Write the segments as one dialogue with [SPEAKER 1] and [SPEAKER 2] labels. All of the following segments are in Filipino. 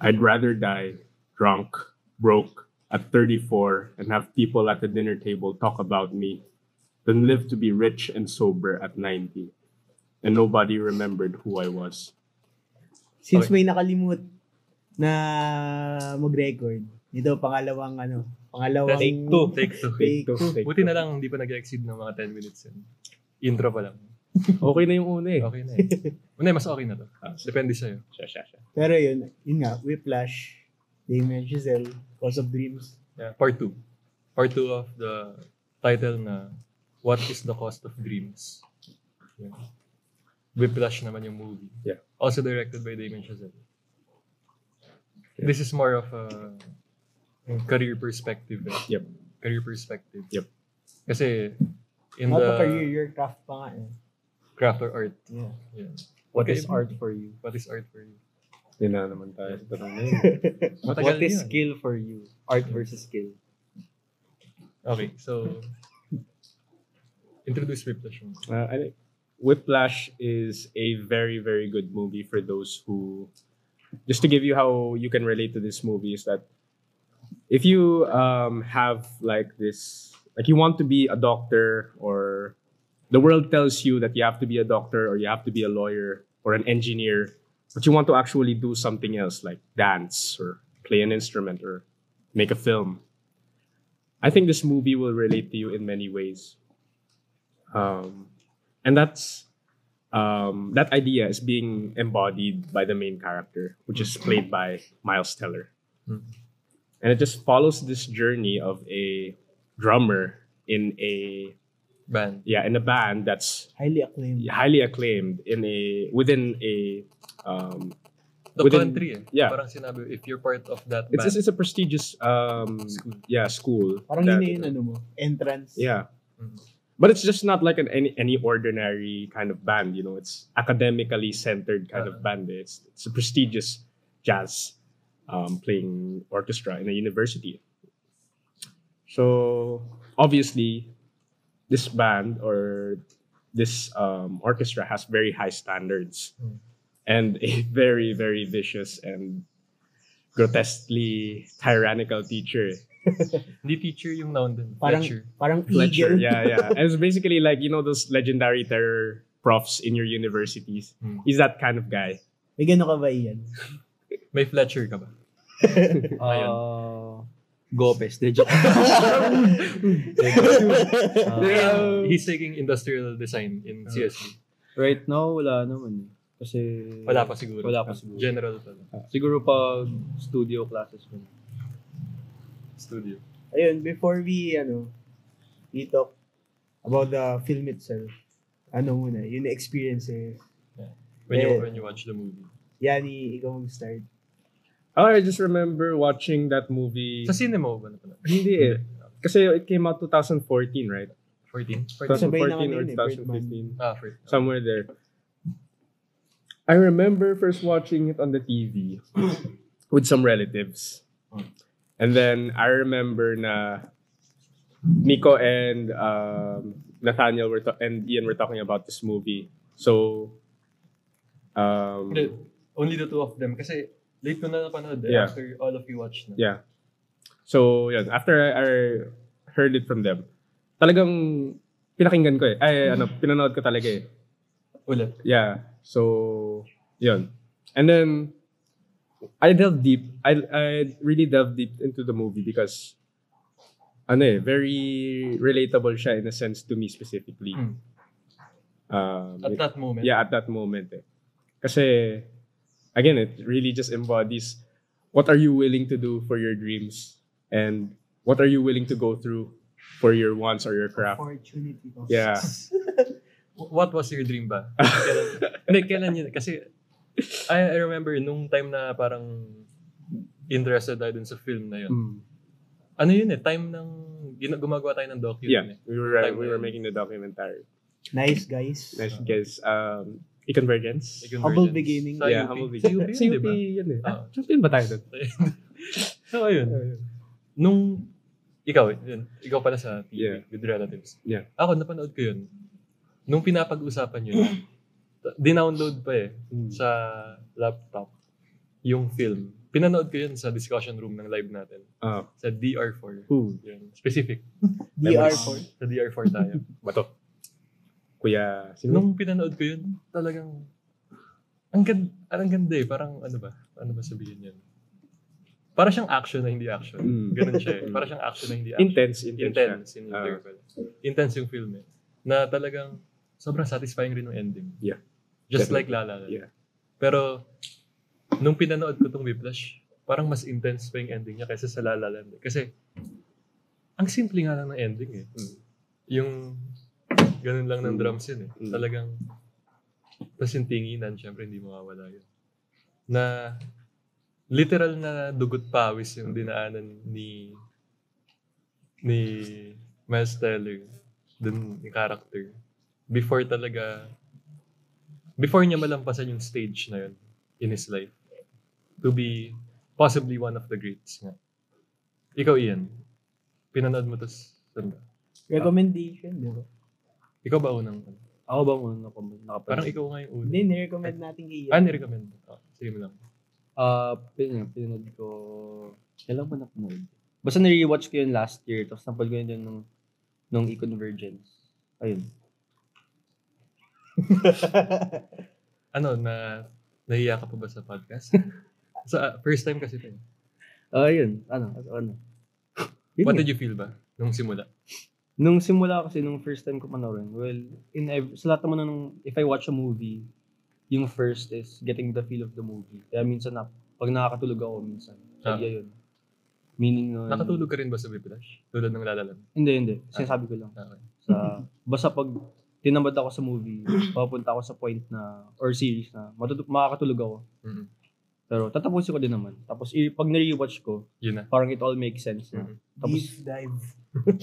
[SPEAKER 1] I'd rather die drunk, broke at 34 and have people at the dinner table talk about me than live to be rich and sober at 90 and nobody remembered who I was.
[SPEAKER 2] Since may nakalimut na mag-record, ito pangalawang ano, pangalawang
[SPEAKER 3] Take two.
[SPEAKER 2] take
[SPEAKER 3] Take two.
[SPEAKER 2] Take two.
[SPEAKER 1] Take
[SPEAKER 3] Buti na lang hindi pa nag-exceed ng mga 10 minutes yun. Intro pa lang.
[SPEAKER 1] Okay na yung una eh.
[SPEAKER 3] Okay na eh. Una, mas okay na to.
[SPEAKER 1] Ah.
[SPEAKER 3] Depende sa'yo.
[SPEAKER 1] Siya, siya, siya.
[SPEAKER 2] Pero yun, yun nga, Whiplash, Dame and Giselle, Cause of Dreams.
[SPEAKER 3] Yeah. Part 2. Part 2 of the title na What is the Cost of Dreams? Yeah. Whiplash naman yung movie.
[SPEAKER 1] Yeah.
[SPEAKER 3] Also directed by Damien Chazelle.
[SPEAKER 1] Yeah.
[SPEAKER 3] This is more of a career perspective. eh.
[SPEAKER 1] Yep.
[SPEAKER 3] Career perspective.
[SPEAKER 1] Yep.
[SPEAKER 3] Kasi in
[SPEAKER 2] Not
[SPEAKER 3] the
[SPEAKER 2] a career, your craft pa nga eh.
[SPEAKER 3] craft or art.
[SPEAKER 2] Yeah.
[SPEAKER 3] Yeah.
[SPEAKER 4] What
[SPEAKER 3] Okay.
[SPEAKER 4] is art for you?
[SPEAKER 3] What is art for you?
[SPEAKER 1] Yun na naman tayo sa tanong na yun.
[SPEAKER 4] What
[SPEAKER 3] Matagal
[SPEAKER 4] is
[SPEAKER 3] yun.
[SPEAKER 4] skill for you? Art versus skill.
[SPEAKER 3] Okay, so introduce Whiplash. mo.
[SPEAKER 1] Uh, I think Whiplash is a very, very good movie for those who. Just to give you how you can relate to this movie is that if you um, have like this, like you want to be a doctor, or the world tells you that you have to be a doctor, or you have to be a lawyer, or an engineer, but you want to actually do something else, like dance, or play an instrument, or make a film. I think this movie will relate to you in many ways um, and that's um, that idea is being embodied by the main character, which is played by Miles Teller,
[SPEAKER 3] Mhm.
[SPEAKER 1] and it just follows this journey of a drummer in a
[SPEAKER 3] Band.
[SPEAKER 1] yeah in a band that's
[SPEAKER 2] Highly acclaimed.
[SPEAKER 1] highly acclaimed in a within a um,
[SPEAKER 3] The
[SPEAKER 1] Within-
[SPEAKER 3] country eh.
[SPEAKER 1] yeah.
[SPEAKER 3] Parang sinabi, if you're part of that
[SPEAKER 1] it's,
[SPEAKER 3] band,
[SPEAKER 1] it's it's a prestigious um,
[SPEAKER 3] School.
[SPEAKER 1] yeah school
[SPEAKER 2] Parang
[SPEAKER 1] that-
[SPEAKER 2] yun eh. na yun, ano mo, entrance.
[SPEAKER 1] yeah
[SPEAKER 3] Mhm.
[SPEAKER 1] But it's just not like an any, any ordinary kind of band, you know. It's academically centered kind of
[SPEAKER 3] Uh-huh.
[SPEAKER 1] band. It's it's a prestigious jazz um, playing orchestra in a university. So obviously, this band or this um, orchestra has very high standards
[SPEAKER 3] Mm.
[SPEAKER 1] and a very very vicious and grotesquely tyrannical teacher.
[SPEAKER 3] Hindi teacher yung noun din.
[SPEAKER 2] Parang,
[SPEAKER 3] Fletcher.
[SPEAKER 2] parang
[SPEAKER 1] Fletcher.
[SPEAKER 2] eagle.
[SPEAKER 1] yeah, yeah. And it's basically like, you know, those legendary terror profs in your universities.
[SPEAKER 3] Hmm.
[SPEAKER 1] He's that kind of guy.
[SPEAKER 2] May gano'n ka ba iyan?
[SPEAKER 3] May Fletcher ka ba? Ayun.
[SPEAKER 4] Uh, Gopes. De joke.
[SPEAKER 3] Yeah. He's taking industrial design in CSB.
[SPEAKER 4] right now, wala naman. eh. Kasi...
[SPEAKER 3] Wala pa siguro.
[SPEAKER 4] Wala pa siguro.
[SPEAKER 3] General pa lang.
[SPEAKER 4] Siguro pag studio classes mo.
[SPEAKER 3] Studio.
[SPEAKER 2] Ayun, before we, ano, we talk about the film itself, ano muna, eh. yun experiences.
[SPEAKER 3] When you
[SPEAKER 2] Yeah.
[SPEAKER 3] when you watch the movie.
[SPEAKER 2] Yani, ikaw mag-start.
[SPEAKER 1] Oh, I just remember watching that movie.
[SPEAKER 3] Sa cinema ba na pala?
[SPEAKER 1] Hindi eh. Kasi it came out 2014, right?
[SPEAKER 3] 14? 14?
[SPEAKER 2] Kasi- Sabay
[SPEAKER 1] 2014 or
[SPEAKER 2] na kami yun eh, Birdman.
[SPEAKER 1] 2015.
[SPEAKER 3] Ah, 14.
[SPEAKER 1] Somewhere there. I remember first watching it on the TV with some relatives. And then I remember na Nico and um, Nathaniel were ta- and Ian were talking about this movie. So um,
[SPEAKER 3] Hindi, Only the two of them. Kasi late ko na napanood eh,
[SPEAKER 1] Yeah.
[SPEAKER 3] after all of you watched na.
[SPEAKER 1] yeah. So yun, after I, I heard it from them, talagang pinakinggan ko eh. Ay, ano, pinanood ko talaga eh.
[SPEAKER 3] Ulit.
[SPEAKER 1] Yeah. So, yun. And then, I delved deep. I, I really delved deep into the movie because, ano eh, very relatable siya in a sense to me specifically.
[SPEAKER 3] Mm.
[SPEAKER 1] Um,
[SPEAKER 3] At that moment.
[SPEAKER 1] yeah, at that moment eh. Kasi, again, it really just embodies what are you willing to do for your dreams and what are you willing to go through for your wants or your craft.
[SPEAKER 2] Opportunity. cost.
[SPEAKER 1] Yeah.
[SPEAKER 3] What was your dream ba? Kailan- Hindi, kailan yun? Kasi, I, I remember nung time na parang interested tayo dun sa film na yun.
[SPEAKER 1] Mm.
[SPEAKER 3] Ano yun eh, time ng, gina- gumagawa tayo ng docu
[SPEAKER 1] Yeah,
[SPEAKER 3] yun eh.
[SPEAKER 1] we were, we were making the documentary.
[SPEAKER 2] Nice, guys.
[SPEAKER 1] Nice guess. Um, Ah, e-convergence.
[SPEAKER 3] Like yung
[SPEAKER 2] Humble
[SPEAKER 3] virgins.
[SPEAKER 2] beginning.
[SPEAKER 3] Sa
[SPEAKER 1] yeah,
[SPEAKER 3] UP.
[SPEAKER 1] humble
[SPEAKER 3] Sa UP,
[SPEAKER 1] beginning.
[SPEAKER 3] yun, di ba?
[SPEAKER 1] yun eh.
[SPEAKER 3] Ah.
[SPEAKER 1] Champion ba tayo doon?
[SPEAKER 3] so, ayun. Nung, ikaw, yun, ikaw pala sa TV,
[SPEAKER 1] Yeah.
[SPEAKER 3] with relatives.
[SPEAKER 1] Yeah.
[SPEAKER 3] Ako, napanood ko yun. Nung pinapag-usapan yun, dinownload pa eh,
[SPEAKER 1] Mm.
[SPEAKER 3] sa laptop. yung film. Pinanood ko yun sa discussion room ng live natin.
[SPEAKER 1] Ah,
[SPEAKER 3] Sa DR4.
[SPEAKER 1] who?
[SPEAKER 3] Yun. Specific.
[SPEAKER 2] DR4.
[SPEAKER 3] Sa DR4 tayo.
[SPEAKER 1] Bato. Kuya, sino?
[SPEAKER 3] Nung pinanood ko yun, talagang... Ang ganda, ang ganda eh. Parang ano ba? Ano ba sabihin yun? Para siyang action na hindi action.
[SPEAKER 1] Mm.
[SPEAKER 3] Ganun siya eh. Para siyang action na hindi action.
[SPEAKER 1] Intense, Ah. intense. siya.
[SPEAKER 3] intense in
[SPEAKER 1] Ah.
[SPEAKER 3] interval. intense yung film eh. Na talagang sobrang satisfying rin yung ending.
[SPEAKER 1] Yeah.
[SPEAKER 3] Just like
[SPEAKER 1] Definitely.
[SPEAKER 3] La La Land.
[SPEAKER 1] Yeah.
[SPEAKER 3] Pero nung pinanood ko tong Whiplash, parang mas intense pa yung ending niya kaysa sa La La Land. eh. Kasi ang simple nga lang ng ending eh.
[SPEAKER 1] Mm.
[SPEAKER 3] Yung ganun lang ng
[SPEAKER 1] Mm.
[SPEAKER 3] drums yun eh.
[SPEAKER 1] Mm.
[SPEAKER 3] Talagang tapos yung tinginan, syempre hindi mawawala yun. Na literal na dugot pawis yung dinaanan ni ni Miles Teller dun yung character before talaga before niya malampasan yung stage na yun in his life to be possibly one of the greats nga. Ikaw, Ian. Pinanood mo to saan ba?
[SPEAKER 2] Recommendation, di ba?
[SPEAKER 3] Ikaw ba unang?
[SPEAKER 4] Ako ba muna nako nakapanood?
[SPEAKER 3] Parang ikaw nga yung una.
[SPEAKER 2] Hindi, nirecommend natin kay
[SPEAKER 3] Ah,
[SPEAKER 1] Ano?
[SPEAKER 2] Ian.
[SPEAKER 3] nirecommend. Oh, sige mo lang.
[SPEAKER 4] Ah, pinanood, pinanood ko. Kailan ba napanood? Basta na-rewatch ko yun last year. Tapos napanood ko yun yun nung, nung E-Convergence. Ayun.
[SPEAKER 3] Ano, na nahiya ka pa ba sa podcast? sa ah, first time kasi ito. eh.
[SPEAKER 4] Ah, yun. Ano? Ano? Yun
[SPEAKER 3] What
[SPEAKER 4] nga.
[SPEAKER 3] did you feel ba nung simula?
[SPEAKER 4] Nung simula kasi, nung first time ko panoorin, well, in ev- sa lahat naman nung, if I watch a movie, yung first is getting the feel of the movie. Kaya minsan, na, pag nakakatulog ako, minsan,
[SPEAKER 3] Ah.
[SPEAKER 4] sadya yun. Meaning nun.
[SPEAKER 3] Nakatulog ka rin ba sa Whiplash? Tulad ng lalalan.
[SPEAKER 4] Hindi, hindi. Sinasabi ko lang.
[SPEAKER 3] Okay.
[SPEAKER 4] Sa, basta pag tinamad ako sa movie, papunta ako sa point na, or series na, matutu- makakatulog ako.
[SPEAKER 3] Mm-mm.
[SPEAKER 4] Pero tatapusin ko din naman. Tapos, i- pag na-rewatch ko,
[SPEAKER 3] Yun na.
[SPEAKER 4] parang it all makes sense na.
[SPEAKER 3] Mm-mm.
[SPEAKER 4] Tapos,
[SPEAKER 2] Deep dive.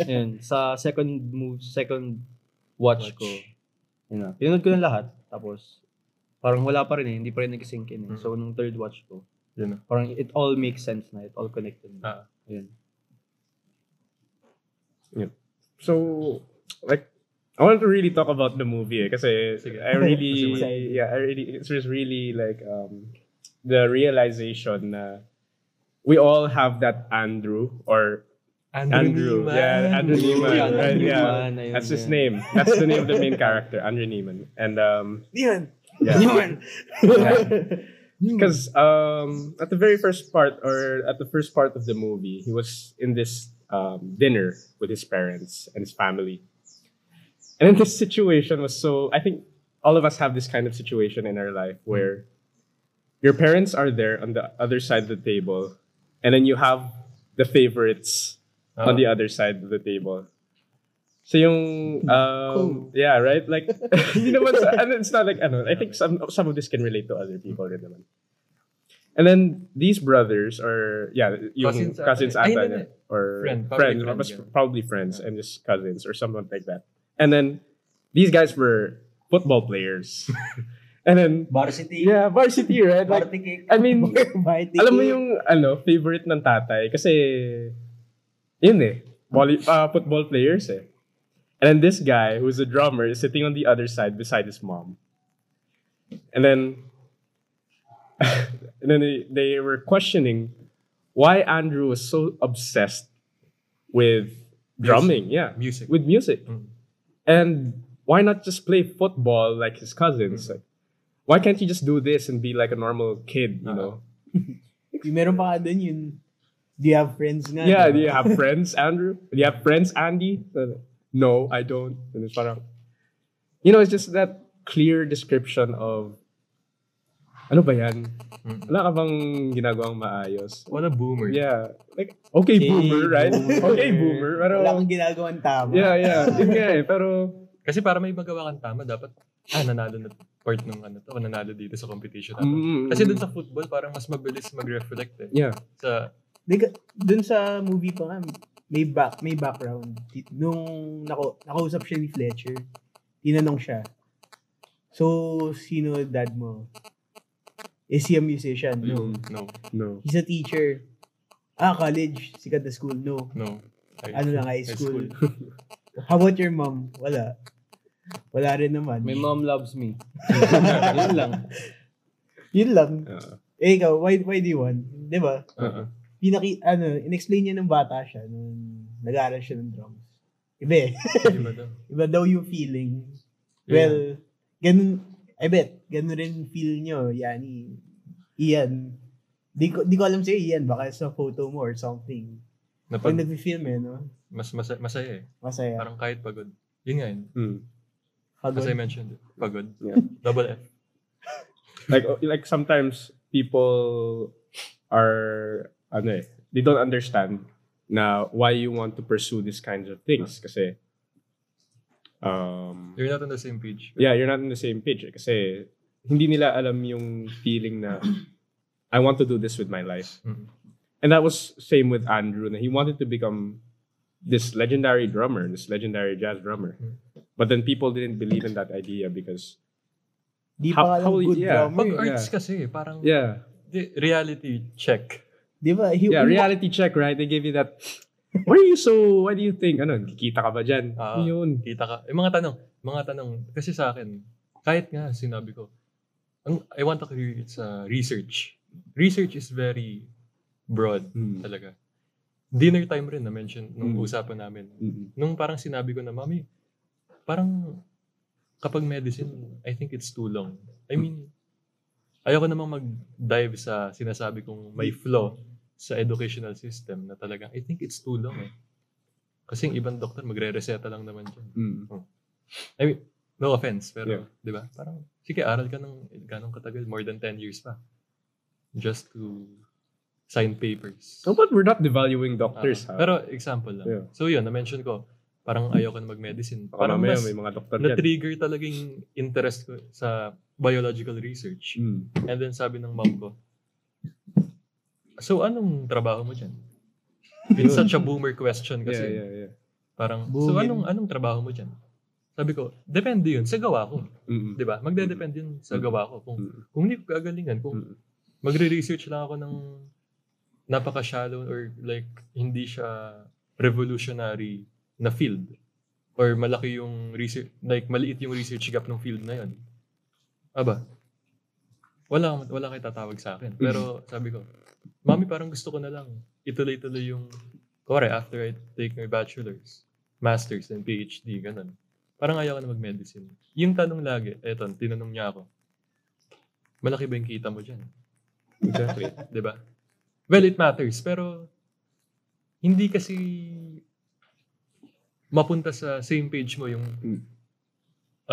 [SPEAKER 4] Ayun, sa second move, second watch,
[SPEAKER 3] Watch.
[SPEAKER 4] ko, yun na. Pinunod ko ng lahat, tapos, parang wala pa rin eh, hindi pa rin nag-sync in eh.
[SPEAKER 3] Mm.
[SPEAKER 4] So, nung third watch ko,
[SPEAKER 3] Yun na.
[SPEAKER 4] parang it all makes sense na, it all connected na.
[SPEAKER 3] Ah.
[SPEAKER 4] Ayun.
[SPEAKER 1] So, like, I want to really talk about the movie eh, kasi
[SPEAKER 3] Sige.
[SPEAKER 1] I really,
[SPEAKER 2] Kasi-
[SPEAKER 1] yeah, I really, it's just really like um, the realization na we all have that Andrew or Andrew. Yeah, Andrew Neiman.
[SPEAKER 4] Yun,
[SPEAKER 1] right,
[SPEAKER 4] yun,
[SPEAKER 1] yeah.
[SPEAKER 4] yun, ayun,
[SPEAKER 1] that's his
[SPEAKER 4] yun.
[SPEAKER 1] name. That's the name of the main character, Andrew Neiman, and um,
[SPEAKER 2] Ian!
[SPEAKER 1] yeah.
[SPEAKER 2] Ian!
[SPEAKER 1] Because um, at the very first part, or at the first part of the movie, he was in this um, dinner with his parents and his family. And then this situation was so. I think all of us have this kind of situation in our life where your parents are there on the other side of the table, and then you have the favorites
[SPEAKER 3] Ah.
[SPEAKER 1] on the other side of the table. So yung um, yeah right like you know what's and it's not like I don't know, I think some some of this can relate to other people rin naman. And then these brothers are yeah yung
[SPEAKER 3] Cousins
[SPEAKER 1] cousins, ata
[SPEAKER 3] ata eh. Ay, hindi,
[SPEAKER 1] niya,
[SPEAKER 3] hindi.
[SPEAKER 1] or friends
[SPEAKER 3] Friend, probably friend
[SPEAKER 1] mas-
[SPEAKER 3] yun.
[SPEAKER 1] probably friends and just cousins or someone like that. And then these guys were football players. and then
[SPEAKER 2] Varsity.
[SPEAKER 1] yeah varsity right like
[SPEAKER 2] Party cake.
[SPEAKER 1] I mean
[SPEAKER 2] Party
[SPEAKER 1] alam mo
[SPEAKER 2] cake.
[SPEAKER 1] yung ano, favorite ng tatay kasi yun eh, volley, ah, football players eh. And then this guy who's a drummer is sitting on the other side beside his mom. And then and then they, they were questioning why Andrew was so obsessed with drumming, yeah,
[SPEAKER 3] Music.
[SPEAKER 1] with music.
[SPEAKER 3] Mm.
[SPEAKER 1] And why not just play football like his
[SPEAKER 3] Mm.
[SPEAKER 1] cousins? Like, why can't you just do this and be like a normal kid, you
[SPEAKER 3] Ah.
[SPEAKER 1] know?
[SPEAKER 2] Yung meron pa ka dun yun. Do you have friends nga?
[SPEAKER 1] Yeah,
[SPEAKER 2] no?
[SPEAKER 1] do you have friends, Andrew? Do you have friends, Andy? Uh, No, I don't. And it's parang, you know, it's just that clear description of, ano ba yan?
[SPEAKER 3] Mm.
[SPEAKER 1] Wala ka bang ginagawang maayos?
[SPEAKER 3] What a boomer.
[SPEAKER 1] Yeah. Like, okay,
[SPEAKER 2] Okay,
[SPEAKER 1] boomer, right?
[SPEAKER 2] boomer.
[SPEAKER 1] Okay, boomer. Pero,
[SPEAKER 2] Wala kang ginagawang tama.
[SPEAKER 1] yeah, yeah. Yun nga eh. Pero,
[SPEAKER 3] Kasi para may magawa kang tama, dapat, ah, nanalo na part ng ano to, o nanalo dito sa competition. na to.
[SPEAKER 1] Mm.
[SPEAKER 3] Kasi dun sa football, parang mas mabilis mag-reflect eh.
[SPEAKER 1] yeah.
[SPEAKER 3] Sa,
[SPEAKER 2] Like, dun sa movie pa nga, may back may background. Di- Nung nako, nakausap siya ni Fletcher, tinanong siya, So, sino dad mo? Is he a musician? No.
[SPEAKER 1] Mm,
[SPEAKER 3] no,
[SPEAKER 1] No.
[SPEAKER 2] He's a teacher. Ah, college. Sikat na school. No.
[SPEAKER 3] no. Ay-
[SPEAKER 2] Ano lang, high school. How about your mom? Wala. Wala rin naman.
[SPEAKER 4] My mom loves me. Yun lang.
[SPEAKER 2] Yun lang.
[SPEAKER 1] Uh,
[SPEAKER 2] Eh, ikaw, why, why do you want? Di ba?
[SPEAKER 1] uh-uh,
[SPEAKER 3] Oo.
[SPEAKER 2] Pinaki, ano, in-explain niya ng bata siya nung nag-aaral siya ng drums. Iba eh.
[SPEAKER 3] Iba daw.
[SPEAKER 2] Iba daw yung feeling.
[SPEAKER 3] Yeah.
[SPEAKER 2] Well, ganun, I bet, ganun rin feel nyo, yani, Ian. Di ko, di ko alam sa'yo, Ian, baka sa photo mo or something. Pag
[SPEAKER 3] Napag,
[SPEAKER 2] nag-film eh, no?
[SPEAKER 3] mas masaya, masaya eh.
[SPEAKER 2] Masaya.
[SPEAKER 3] Parang kahit pagod. Yun nga yun.
[SPEAKER 1] Mm.
[SPEAKER 2] Pagod.
[SPEAKER 3] As I mentioned, pagod.
[SPEAKER 1] Yeah.
[SPEAKER 3] Double F.
[SPEAKER 1] like oh, like sometimes people are ano eh, they don't understand na why you want to pursue these kinds of things kasi um
[SPEAKER 3] You're not on the same page.
[SPEAKER 1] yeah you're not on the same page eh, kasi hindi nila alam yung feeling na I want to do this with my life
[SPEAKER 3] Mm.
[SPEAKER 1] and that was same with Andrew na he wanted to become this legendary drummer this legendary jazz drummer
[SPEAKER 3] Mm.
[SPEAKER 1] but then people didn't believe in that idea because
[SPEAKER 2] Di
[SPEAKER 1] How-
[SPEAKER 2] pa alam
[SPEAKER 1] how-
[SPEAKER 2] good
[SPEAKER 1] yeah.
[SPEAKER 2] drummer.
[SPEAKER 3] Pag
[SPEAKER 1] Yeah.
[SPEAKER 3] arts kasi, parang
[SPEAKER 1] yeah
[SPEAKER 3] di- reality check.
[SPEAKER 2] Di ba? He-
[SPEAKER 1] Yeah,
[SPEAKER 2] he-
[SPEAKER 1] reality check, right? They give you that, why are you so, why do you think, ano, kikita ka ba dyan?
[SPEAKER 3] Ah.
[SPEAKER 1] Yun.
[SPEAKER 3] Kita ka. Eh, mga tanong. Mga tanong. Kasi sa akin, kahit nga sinabi ko, ang, I want to create sa research. Research is very broad
[SPEAKER 1] Mm.
[SPEAKER 3] talaga. Dinner time rin na-mention nung
[SPEAKER 1] Mm.
[SPEAKER 3] usapan namin.
[SPEAKER 1] Mm-mm.
[SPEAKER 3] Nung parang sinabi ko na, Mami, parang kapag medicine, I think it's too long. I mean, ayoko namang mag-dive sa sinasabi kong may flaw sa educational system na talagang, I think it's too long eh. Kasi yung ibang doktor, magre-reseta lang naman siya.
[SPEAKER 1] Mm.
[SPEAKER 3] I mean, no offense, pero,
[SPEAKER 1] Yeah.
[SPEAKER 3] di ba? Parang, sige, aral ka ng ganong katagal, more than 10 years pa. Just to sign papers.
[SPEAKER 1] Oh, but we're not devaluing doctors, ha?
[SPEAKER 3] Ah, Pero example lang.
[SPEAKER 1] Yeah.
[SPEAKER 3] So yun, na-mention ko, parang ayoko na mag-medicine.
[SPEAKER 1] Baka
[SPEAKER 3] Parang
[SPEAKER 1] mamaya
[SPEAKER 3] mas
[SPEAKER 1] may mga doktor dyan.
[SPEAKER 3] na-trigger talaga yung interest ko sa biological research.
[SPEAKER 1] Mm.
[SPEAKER 3] And then sabi ng mom ko, so anong trabaho mo dyan? It's such a boomer question
[SPEAKER 1] Yeah,
[SPEAKER 3] kasi.
[SPEAKER 1] yeah, yeah.
[SPEAKER 3] Parang, so
[SPEAKER 2] Boomer.
[SPEAKER 3] anong, anong trabaho mo dyan? Sabi ko, depende yun sa gawa ko.
[SPEAKER 1] Mm-mm.
[SPEAKER 3] Di ba? Magde-depende yun sa
[SPEAKER 1] Mm.
[SPEAKER 3] gawa ko. Kung,
[SPEAKER 1] Mm.
[SPEAKER 3] kung hindi ko kagalingan, kung
[SPEAKER 1] Mm.
[SPEAKER 3] magre-research lang ako ng napaka-shallow or like hindi siya revolutionary na field or malaki yung research, like maliit yung research gap ng field na yon. Aba, wala, wala kayo tatawag sa akin. Pero
[SPEAKER 1] Mm.
[SPEAKER 3] sabi ko, Mami, parang gusto ko na lang ituloy-tuloy yung, kore, after I take my bachelor's, master's, and PhD, ganun. Parang ayaw ko na mag-medicine. Yung tanong lagi, eto, tinanong niya ako, malaki ba yung kita mo dyan?
[SPEAKER 1] Exactly.
[SPEAKER 3] Di ba? Well, it matters, pero hindi kasi mapunta sa same page mo yung
[SPEAKER 1] Mm.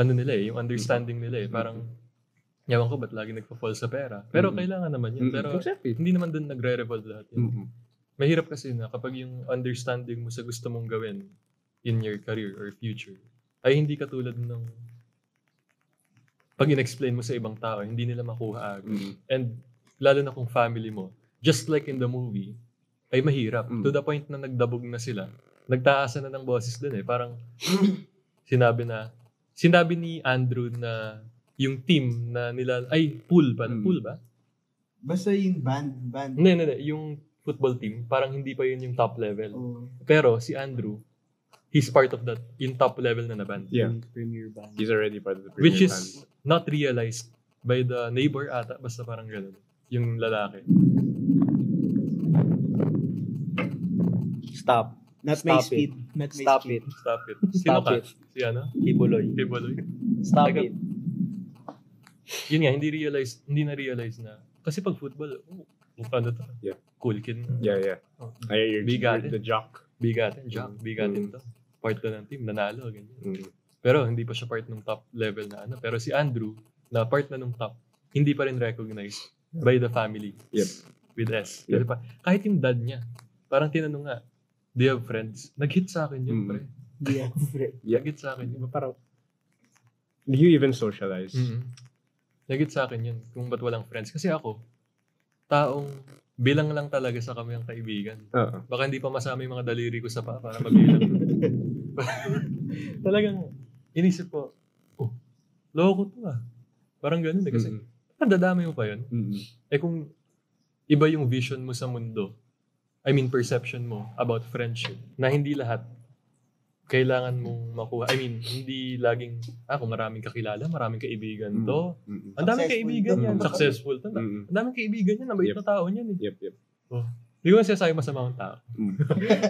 [SPEAKER 3] ano nila eh, yung understanding nila eh. Parang, yawan ko ba't lagi nagpa-fall sa pera? Pero
[SPEAKER 1] Mm.
[SPEAKER 3] kailangan naman
[SPEAKER 1] Mm.
[SPEAKER 3] yun. Pero
[SPEAKER 1] Exactly. Mm,
[SPEAKER 3] hindi naman dun nagre-revolve lahat yun.
[SPEAKER 1] Mm-mm.
[SPEAKER 3] Mahirap kasi na kapag yung understanding mo sa gusto mong gawin in your career or future, ay hindi katulad ng pag in-explain mo sa ibang tao, hindi nila makuha agad.
[SPEAKER 1] Mm-mm.
[SPEAKER 3] And lalo na kung family mo, just like in the movie, ay mahirap.
[SPEAKER 1] Mm.
[SPEAKER 3] To the point na nagdabog na sila. Nagtaasan na ng boses dun eh. Parang sinabi na, sinabi ni Andrew na yung team na nila, ay, pool ba?
[SPEAKER 1] Mm.
[SPEAKER 3] Pool ba?
[SPEAKER 2] Basta yung band, band.
[SPEAKER 3] Hindi, hindi, hindi. Yung football team, parang hindi pa yun yung top level.
[SPEAKER 2] Oh,
[SPEAKER 3] Pero si Andrew, he's part of that, yung top level na na band.
[SPEAKER 1] Yeah.
[SPEAKER 2] yung premier band.
[SPEAKER 1] He's already part of the
[SPEAKER 3] Which
[SPEAKER 1] premier
[SPEAKER 3] is not realized by the neighbor ata, basta parang ganun. Yung lalaki.
[SPEAKER 4] Stop.
[SPEAKER 2] Not
[SPEAKER 4] Stop
[SPEAKER 2] my
[SPEAKER 4] it.
[SPEAKER 2] speed. Not my
[SPEAKER 4] Stop
[SPEAKER 2] speed.
[SPEAKER 4] it.
[SPEAKER 3] Stop it. Sino
[SPEAKER 4] Stop
[SPEAKER 3] ka?
[SPEAKER 4] it.
[SPEAKER 3] Si ano?
[SPEAKER 4] Kibuloy.
[SPEAKER 3] Si Baloy?
[SPEAKER 4] Stop
[SPEAKER 3] Teka.
[SPEAKER 4] it.
[SPEAKER 3] Yun nga, hindi realize, hindi na-realize na. Kasi pag football, oh, ano to?
[SPEAKER 1] Yeah.
[SPEAKER 3] Cool kid. na.
[SPEAKER 1] Yeah, yeah.
[SPEAKER 3] Oh,
[SPEAKER 1] Ay, you're,
[SPEAKER 3] Bigatin.
[SPEAKER 1] you're the jock.
[SPEAKER 3] bigatin, Jack. Bigatin
[SPEAKER 1] Mm.
[SPEAKER 3] to. Part na ng team, nanalo. Ganyan.
[SPEAKER 1] Mm.
[SPEAKER 3] Pero hindi pa siya part ng top level na ano. Pero si Andrew, na part na ng top, hindi pa rin recognized by the family.
[SPEAKER 1] Yep.
[SPEAKER 3] With S. Kasi pa, kahit yung dad niya, parang tinanong nga, do you have friends? Nag-hit sa akin yun,
[SPEAKER 1] Mm.
[SPEAKER 3] pre.
[SPEAKER 2] Yeah, pre.
[SPEAKER 1] Yeah.
[SPEAKER 3] Nag-hit sa akin yun.
[SPEAKER 1] Diba parang, do you even socialize?
[SPEAKER 3] Mm. Nagit sa akin yun, kung ba't walang friends. Kasi ako, taong bilang lang talaga sa kami ang kaibigan.
[SPEAKER 1] Oo.
[SPEAKER 3] Baka hindi pa masama yung mga daliri ko sa pa para mabilang. Talagang inisip ko, oh, loko to ah. Parang ganun eh. Kasi
[SPEAKER 1] Mm-mm.
[SPEAKER 3] nadadami mo pa yun.
[SPEAKER 1] Mm-mm.
[SPEAKER 3] Eh kung iba yung vision mo sa mundo, I mean perception mo about friendship, na hindi lahat kailangan mong makuha. I mean, hindi laging, ah, kung maraming kakilala, maraming kaibigan to.
[SPEAKER 1] Mm-mm.
[SPEAKER 3] Ang daming
[SPEAKER 2] Successful
[SPEAKER 3] kaibigan
[SPEAKER 1] to.
[SPEAKER 3] yan.
[SPEAKER 1] Mm.
[SPEAKER 3] Successful to. Ang
[SPEAKER 1] Mm-mm.
[SPEAKER 3] daming kaibigan yan. Ang bait
[SPEAKER 1] Yep.
[SPEAKER 3] na tao niyan eh.
[SPEAKER 1] Yep, yep.
[SPEAKER 3] Hindi ko sinasabi masama ang tao.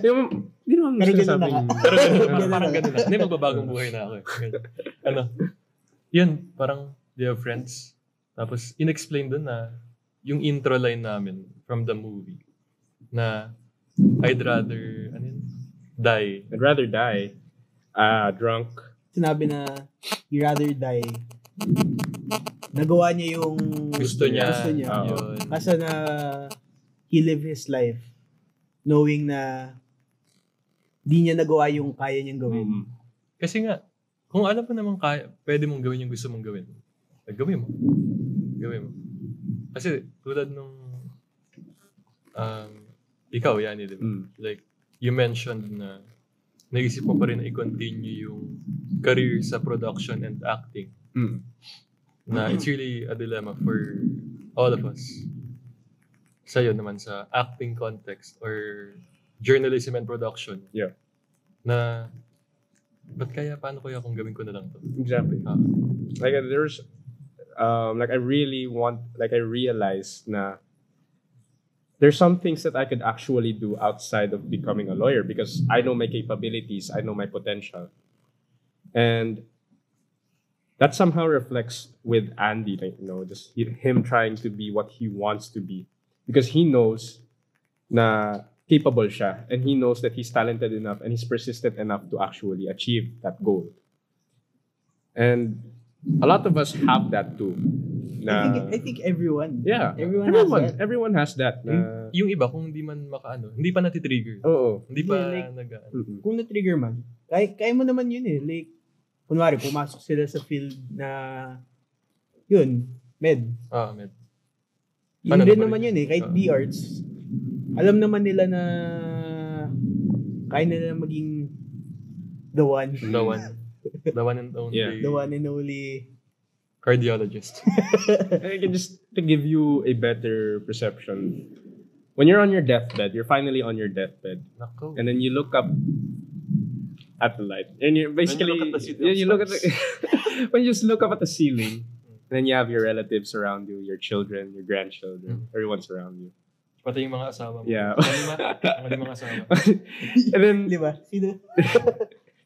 [SPEAKER 1] Yung, hindi naman
[SPEAKER 2] Pero ganun
[SPEAKER 1] sinasabing...
[SPEAKER 2] na
[SPEAKER 3] Pero
[SPEAKER 2] Ganun na
[SPEAKER 3] ganun, parang
[SPEAKER 2] lang.
[SPEAKER 3] ganun lang. Hindi, magbabagong buhay na ako eh. Ganun. Ano, yun, parang, they have friends. Tapos, inexplain dun na, yung intro line namin from the movie, na, I'd rather, ano yun, die.
[SPEAKER 1] I'd rather die ah drunk.
[SPEAKER 2] Sinabi na, you rather die. Nagawa niya yung
[SPEAKER 3] Gusto niya. Ah,
[SPEAKER 2] Gusto niya.
[SPEAKER 1] Oo.
[SPEAKER 3] Yun.
[SPEAKER 2] Kaso na he lived his life knowing na di niya nagawa yung kaya niyang gawin.
[SPEAKER 1] Mm.
[SPEAKER 3] Kasi nga, kung alam mo naman kaya, pwede mong gawin yung gusto mong gawin. eh, Gawin mo. Gawin mo. Kasi tulad nung um, ikaw, Yanni, di ba?
[SPEAKER 1] Mm.
[SPEAKER 3] Like, you mentioned na naisip mo pa rin na i-continue yung career sa production and acting.
[SPEAKER 1] Mm.
[SPEAKER 3] Na it's really a dilemma for all of us. Sa'yo naman sa acting context or journalism and production.
[SPEAKER 1] Yeah.
[SPEAKER 3] Na, ba't kaya, paano kaya kung gawin ko na lang to?
[SPEAKER 1] Exactly.
[SPEAKER 3] Ah.
[SPEAKER 1] Like uh, there's um like I really want like I realized na there's some things that I could actually do outside of becoming a lawyer because I know my capabilities, I know my potential. And that somehow reflects with Andy, like you know, just hi- him trying to be what he wants to be because he knows na capable siya and he knows that he's talented enough and he's persistent enough to actually achieve that goal. And a lot of us have that too.
[SPEAKER 2] I,
[SPEAKER 3] Mm-hmm.
[SPEAKER 1] Na,
[SPEAKER 2] think, I think everyone.
[SPEAKER 1] yeah.
[SPEAKER 2] Everyone has
[SPEAKER 1] everyone,
[SPEAKER 2] that. Mm-hmm.
[SPEAKER 1] everyone has that. na-
[SPEAKER 3] yung iba, kung hindi man makaano, hindi pa natitrigger.
[SPEAKER 1] Oo.
[SPEAKER 3] Hindi pa
[SPEAKER 2] Yeah, like-
[SPEAKER 3] nag
[SPEAKER 1] Mm-mm.
[SPEAKER 2] Kung na-trigger man, kaya, kaya mo naman yun eh. Like, kunwari, pumasok sila sa field na, yun, med.
[SPEAKER 3] Ah, med.
[SPEAKER 2] Yun
[SPEAKER 3] Ano na
[SPEAKER 2] din
[SPEAKER 3] pa rin
[SPEAKER 2] naman
[SPEAKER 3] yun?
[SPEAKER 2] yun eh, kahit
[SPEAKER 3] Oo.
[SPEAKER 2] B-Arts. Alam naman nila na kaya nila maging the one.
[SPEAKER 3] The one. The one and only
[SPEAKER 1] Yeah.
[SPEAKER 2] The one and only.
[SPEAKER 3] cardiologist.
[SPEAKER 1] I can just to give you a better perception. When you're on your deathbed, you're finally on your deathbed,
[SPEAKER 3] Nako.
[SPEAKER 1] and then you look up at the light, and you're basically
[SPEAKER 3] look at the city
[SPEAKER 1] yeah,
[SPEAKER 3] of
[SPEAKER 1] you look at the- when you just look up at the ceiling, and then you have your relatives around you, your children, your grandchildren, everyone's around you.
[SPEAKER 3] Pati yung mga asawa mo.
[SPEAKER 1] Yeah.
[SPEAKER 3] Mga lima. Mga limang asawa.
[SPEAKER 1] and then
[SPEAKER 2] Di ba? Sino?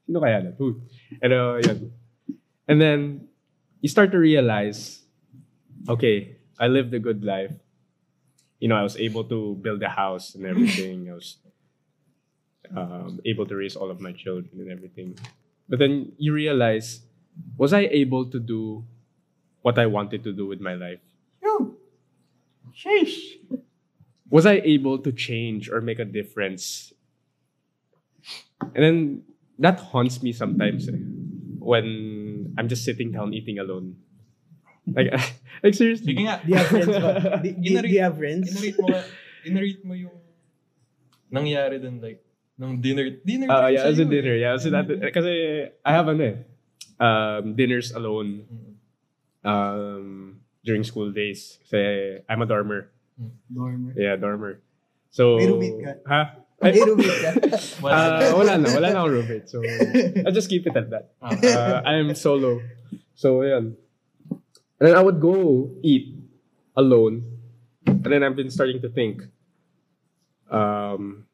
[SPEAKER 1] Sino kaya na? Who? Pero, yun. And then, you start to realize, okay, I lived a good life. You know, I was able to build a house and everything. I was um, able to raise all of my children and everything. But then you realize, was I able to do what I wanted to do with my life?
[SPEAKER 2] Yo! Sheesh!
[SPEAKER 1] was I able to change or make a difference? And then that haunts me sometimes eh, when I'm just sitting down eating alone. Like, like seriously.
[SPEAKER 3] Sige nga.
[SPEAKER 2] Do you have friends ba? Do, do,
[SPEAKER 3] Inari-
[SPEAKER 2] do you have friends?
[SPEAKER 3] Inarate mo, nga- inarate mo yung nangyari dun like nung dinner dinner
[SPEAKER 1] Uh,
[SPEAKER 3] time
[SPEAKER 1] yeah, it was a
[SPEAKER 3] sa'yo eh.
[SPEAKER 1] dinner. Yeah, it was that because I have ano eh, um, dinners alone
[SPEAKER 3] Mm.
[SPEAKER 1] um, during school days. Kasi I'm a dormer.
[SPEAKER 2] Dormer.
[SPEAKER 1] Yeah, dormer. So,
[SPEAKER 2] May roommate ka?
[SPEAKER 1] Huh?
[SPEAKER 2] Ay, roommate ka.
[SPEAKER 3] Wala.
[SPEAKER 1] Uh, wala na, wala na akong roommate. So, I'll just keep it at that.
[SPEAKER 3] Ah.
[SPEAKER 1] uh, I'm solo. So, yun. And then I would go eat alone. And then I've been starting to think, um,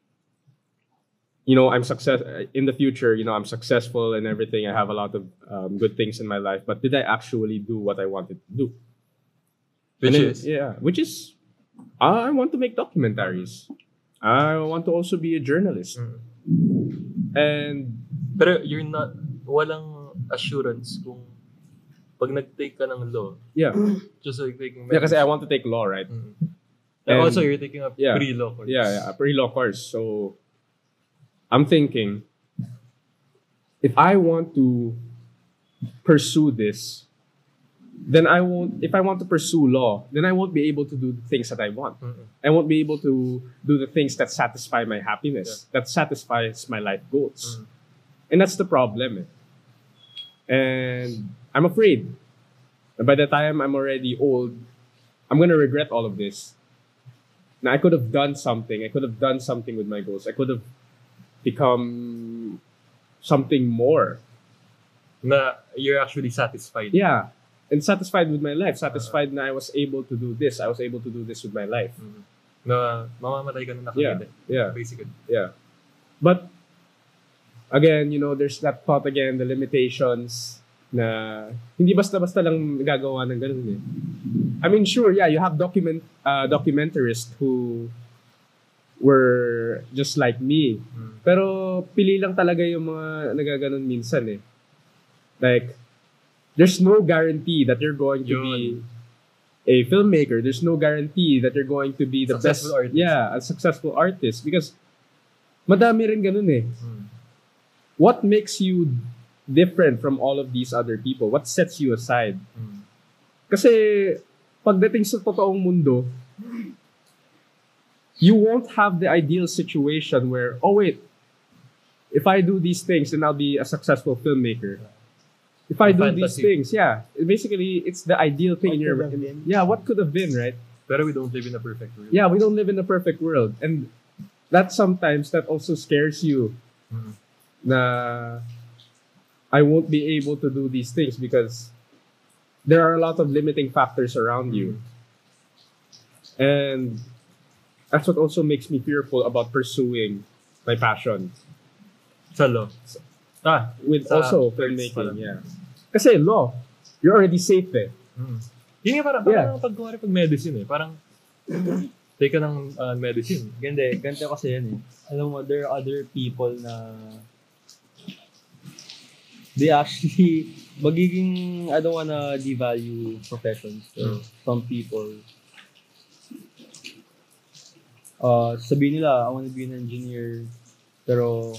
[SPEAKER 1] you know, I'm success in the future. You know, I'm successful and everything. I have a lot of um, good things in my life. But did I actually do what I wanted to do?
[SPEAKER 3] Which
[SPEAKER 1] And then-
[SPEAKER 3] is
[SPEAKER 1] yeah, which is, I want to make documentaries. I want to also be a journalist.
[SPEAKER 3] Mm.
[SPEAKER 1] And
[SPEAKER 3] Pero you're not walang assurance kung pag nag-take ka ng law
[SPEAKER 1] yeah,
[SPEAKER 3] just like taking
[SPEAKER 1] yeah, kasi I want to take law, right?
[SPEAKER 3] Mm.
[SPEAKER 1] And-
[SPEAKER 3] also you're taking up
[SPEAKER 1] Yeah.
[SPEAKER 3] pre-law course.
[SPEAKER 1] Yeah, yeah, a pre-law course. So I'm thinking if I want to pursue this, then I won't if I want to pursue law, then I won't be able to do the things that I want.
[SPEAKER 3] Mm-mm.
[SPEAKER 1] I won't be able to do the things that satisfy my happiness, that satisfies my life goals.
[SPEAKER 3] Mm.
[SPEAKER 1] And that's the problem. eh. And I'm afraid. that by the time I'm already old, I'm gonna regret all of this. Now I could have done something. I could have done something with my goals. I could have become something more.
[SPEAKER 3] Na you're actually satisfied.
[SPEAKER 1] Yeah. And satisfied with my life. Satisfied na I was able to do this. I was able to do this with my life.
[SPEAKER 3] Mhm. Na mamamatay ka na nakaganda.
[SPEAKER 1] Yeah.
[SPEAKER 3] Basically.
[SPEAKER 1] Yeah. But again, you know, there's that thought again, the limitations na hindi basta-basta lang gagawa ng ganun eh. I mean, sure, yeah, you have document uh, documentarists who were just like me.
[SPEAKER 3] Mm.
[SPEAKER 1] Pero pili lang talaga yung mga nagaganon minsan eh. Like, there's no guarantee that you're going to be
[SPEAKER 3] Yun.
[SPEAKER 1] a filmmaker. There's no guarantee that you're going to be the
[SPEAKER 3] Successful
[SPEAKER 1] best.
[SPEAKER 3] artist.
[SPEAKER 1] Yeah, a successful artist. Because madami rin ganun eh.
[SPEAKER 3] Mm.
[SPEAKER 1] What makes you different from all of these other people? What sets you aside?
[SPEAKER 3] Mm.
[SPEAKER 1] Kasi pagdating sa totoong mundo, you won't have the ideal situation where, oh wait, if I do these things, then I'll be a successful filmmaker. If I
[SPEAKER 3] A
[SPEAKER 1] do these
[SPEAKER 3] fantasy.
[SPEAKER 1] things, yeah. Basically, it's the ideal thing
[SPEAKER 2] What
[SPEAKER 1] in your
[SPEAKER 2] could have been.
[SPEAKER 1] yeah. What could have been, right?
[SPEAKER 3] Pero we don't live in a perfect world.
[SPEAKER 1] Yeah, we don't live in a perfect world, and that sometimes that also scares you.
[SPEAKER 3] Mm.
[SPEAKER 1] na I won't be able to do these things because there are a lot of limiting factors around you.
[SPEAKER 3] Mm-hmm.
[SPEAKER 1] And that's what also makes me fearful about pursuing my passion
[SPEAKER 3] Sa law. Ah.
[SPEAKER 1] with
[SPEAKER 3] Sa
[SPEAKER 1] also
[SPEAKER 3] arts pala.
[SPEAKER 1] filmmaking. Yeah. Kasi law, you're already safe eh.
[SPEAKER 3] Mm. Yun nga parang,
[SPEAKER 1] Yeah.
[SPEAKER 3] parang pag, kuwari pag medicine eh. Parang, take ka ng ah, medicine.
[SPEAKER 4] Ganda eh. Ganda kasi yan eh. Alam mo, there are other people na they actually magiging I don't wanna devalue professions
[SPEAKER 3] Mm.
[SPEAKER 4] pero some people uh, sabihin nila I wanna be an engineer pero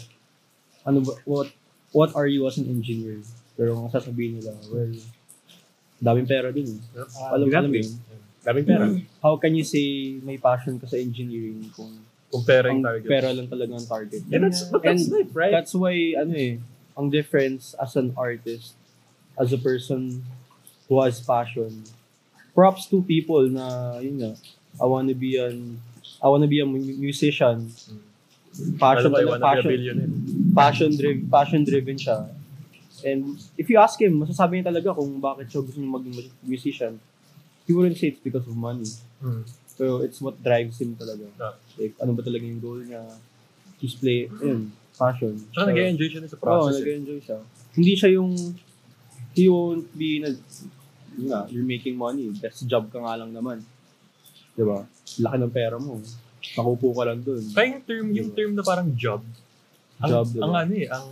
[SPEAKER 4] ano ba, what what are you as an engineer pero ang sasabihin nila well daming pera din eh. alam, alam mo
[SPEAKER 1] exactly.
[SPEAKER 4] yun.
[SPEAKER 1] Daming pera.
[SPEAKER 3] Mm-hmm.
[SPEAKER 4] how can you say may passion ka sa engineering kung
[SPEAKER 3] Comparing
[SPEAKER 4] ang
[SPEAKER 3] targets.
[SPEAKER 4] pera lang talaga ang target.
[SPEAKER 1] And that's, but that's
[SPEAKER 4] And
[SPEAKER 1] life, right?
[SPEAKER 4] That's why, ano eh, ang difference as an artist, as a person who has passion, props to people na, yun nga, I wanna be an, I wanna be a mu- musician.
[SPEAKER 3] Hmm.
[SPEAKER 4] Passion,
[SPEAKER 3] Alam mo, I Ano wanna be a
[SPEAKER 4] talaga, passion,
[SPEAKER 3] billionaire.
[SPEAKER 4] passion, driven, passion driven siya. And if you ask him, masasabi niya talaga kung bakit siya gusto niya maging musician. He wouldn't say it's because of money.
[SPEAKER 3] Mm.
[SPEAKER 4] Pero it's what drives him talaga.
[SPEAKER 3] Ah.
[SPEAKER 4] Like, ano ba talaga yung goal niya? He's play, yun, passion.
[SPEAKER 3] Tsaka Ah, nag-enjoy siya din sa
[SPEAKER 4] Oo,
[SPEAKER 3] process. eh.
[SPEAKER 4] nag-enjoy siya. Hindi siya yung, he won't be, nag, yun nga, you're making money. Best job ka nga lang naman. Di ba? Laki ng pera mo. Nakupo ka lang dun.
[SPEAKER 3] Kaya yung term, yung term na parang job. Ang,
[SPEAKER 4] Job,
[SPEAKER 3] ang
[SPEAKER 4] diba?
[SPEAKER 3] ano eh, ang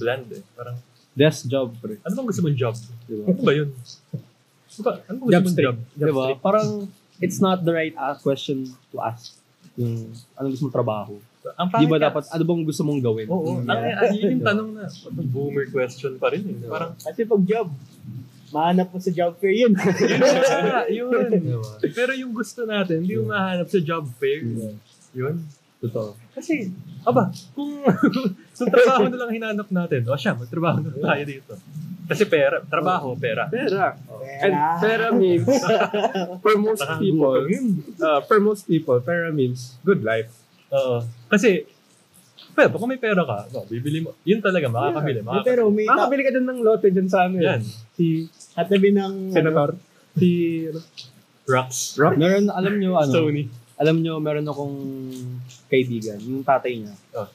[SPEAKER 3] bland eh. Parang,
[SPEAKER 4] Best job, pre. Diba?
[SPEAKER 3] ano bang gusto mong job?
[SPEAKER 4] Di ba?
[SPEAKER 3] Ano ba yun? Ano ba, ano bang gusto
[SPEAKER 1] Job
[SPEAKER 3] mong
[SPEAKER 1] street.
[SPEAKER 3] job?
[SPEAKER 4] Di ba? Diba? Parang, it's not the right uh, question to ask. Yung, anong gusto mong trabaho?
[SPEAKER 3] Ang
[SPEAKER 4] Di ba
[SPEAKER 3] pangit ka-
[SPEAKER 4] dapat, ano bang gusto mong gawin?
[SPEAKER 3] Oo,
[SPEAKER 4] Mm,
[SPEAKER 3] ang,
[SPEAKER 4] yeah. Diba?
[SPEAKER 3] ang, yun yung tanong na, parang boomer question pa rin eh. Parang,
[SPEAKER 2] Kasi pag job, mahanap mo sa job fair yun.
[SPEAKER 3] yun nga, yun.
[SPEAKER 4] Di ba?
[SPEAKER 3] Pero yung gusto natin, hindi yung mahanap sa job fair.
[SPEAKER 4] Yeah.
[SPEAKER 3] Yun.
[SPEAKER 4] Totoo.
[SPEAKER 3] Kasi, aba, kung so trabaho na lang hinanap natin, o siya, magtrabaho na tayo dito. Kasi pera, trabaho, pera.
[SPEAKER 1] Pera. And
[SPEAKER 2] Pera.
[SPEAKER 1] pera means, for most people, uh, for most people, pera means good life.
[SPEAKER 3] Oo. Kasi, pero kung may pera ka, no, bibili mo, yun talaga,
[SPEAKER 2] Eh,
[SPEAKER 3] makakabili, makakabili.
[SPEAKER 2] pero may ta-
[SPEAKER 1] Makakabili ka dun ng lote dyan sa ano. eh.
[SPEAKER 3] Yan,
[SPEAKER 1] Si
[SPEAKER 2] katabi ng...
[SPEAKER 1] Senator. Si ano,
[SPEAKER 3] rocks.
[SPEAKER 1] Rock.
[SPEAKER 4] Meron, alam nyo, ano?
[SPEAKER 3] Sony.
[SPEAKER 4] alam nyo, meron akong kaibigan, yung tatay niya.
[SPEAKER 3] Ah.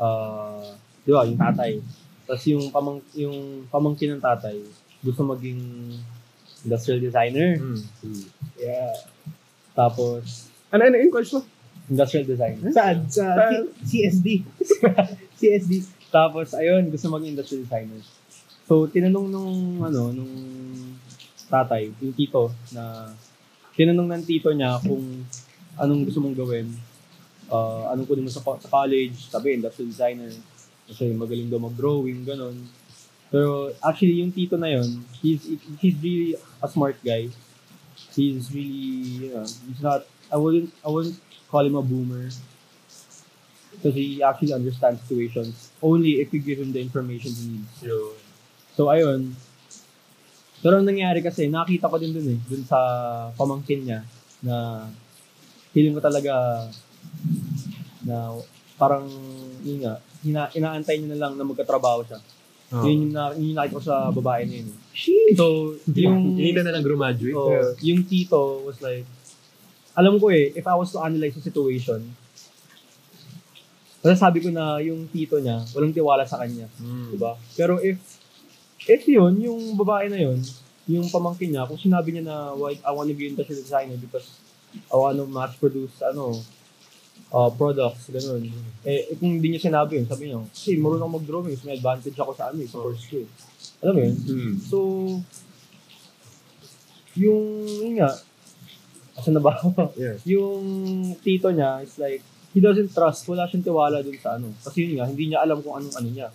[SPEAKER 4] Ah, di ba, yung tatay. Tapos yung, pamang, yung pamangkin ng tatay, gusto maging industrial designer.
[SPEAKER 3] Mm.
[SPEAKER 2] Yeah.
[SPEAKER 4] Tapos,
[SPEAKER 1] Ano, ano yung question?
[SPEAKER 4] industrial designer.
[SPEAKER 2] Saan? Sa
[SPEAKER 1] Sa-
[SPEAKER 2] C- CSD. CSD.
[SPEAKER 4] Tapos, ayun, gusto maging industrial designer. So, tinanong nung, ano, nung tatay, yung tito, na, tinanong ng tito niya kung anong gusto mong gawin. Ah, anong kunin mo sa, co- sa college, sabi, industrial designer. Kasi magaling daw mag-drawing, ganun. Pero actually, yung tito na yun, he's, he's really a smart guy. He's really, you know, he's not, I wouldn't, I wouldn't call him a boomer. Because he actually understands situations only if you give him the information he needs.
[SPEAKER 3] Yun.
[SPEAKER 4] So, ayun. Pero ang nangyari kasi, nakita ko din dun eh, dun sa pamangkin niya, na feeling ko talaga na parang, yun nga, hina, inaantay niya na lang na magkatrabaho siya.
[SPEAKER 3] Ah.
[SPEAKER 4] Yun, yung, na, yun yung nakita ko sa babae na yun. eh. So, yung...
[SPEAKER 3] Hindi na lang graduate.
[SPEAKER 4] Oo. yung tito was like, alam ko eh, if I was to analyze the situation, masasabi ko na yung tito niya, walang tiwala sa kanya. Diba? Pero if, if yun, yung babae na yun, yung pamangkin niya, kung sinabi niya na, why I wanna be industrial designer because I wanna mass produce, ano, uh, products, ganun. Eh, eh, kung hindi niya sinabi yun, sabi niya, kasi marunong mag-drawings, may advantage ako sa ano, eh, sa course ko eh." Alam mo yun?
[SPEAKER 1] Mm.
[SPEAKER 4] So, yung, yun nga, asan na ba ako?
[SPEAKER 1] Yeah.
[SPEAKER 4] yung tito niya is like, he doesn't trust, wala siyang tiwala dun sa ano. Kasi yun nga, hindi niya alam kung anong ano niya.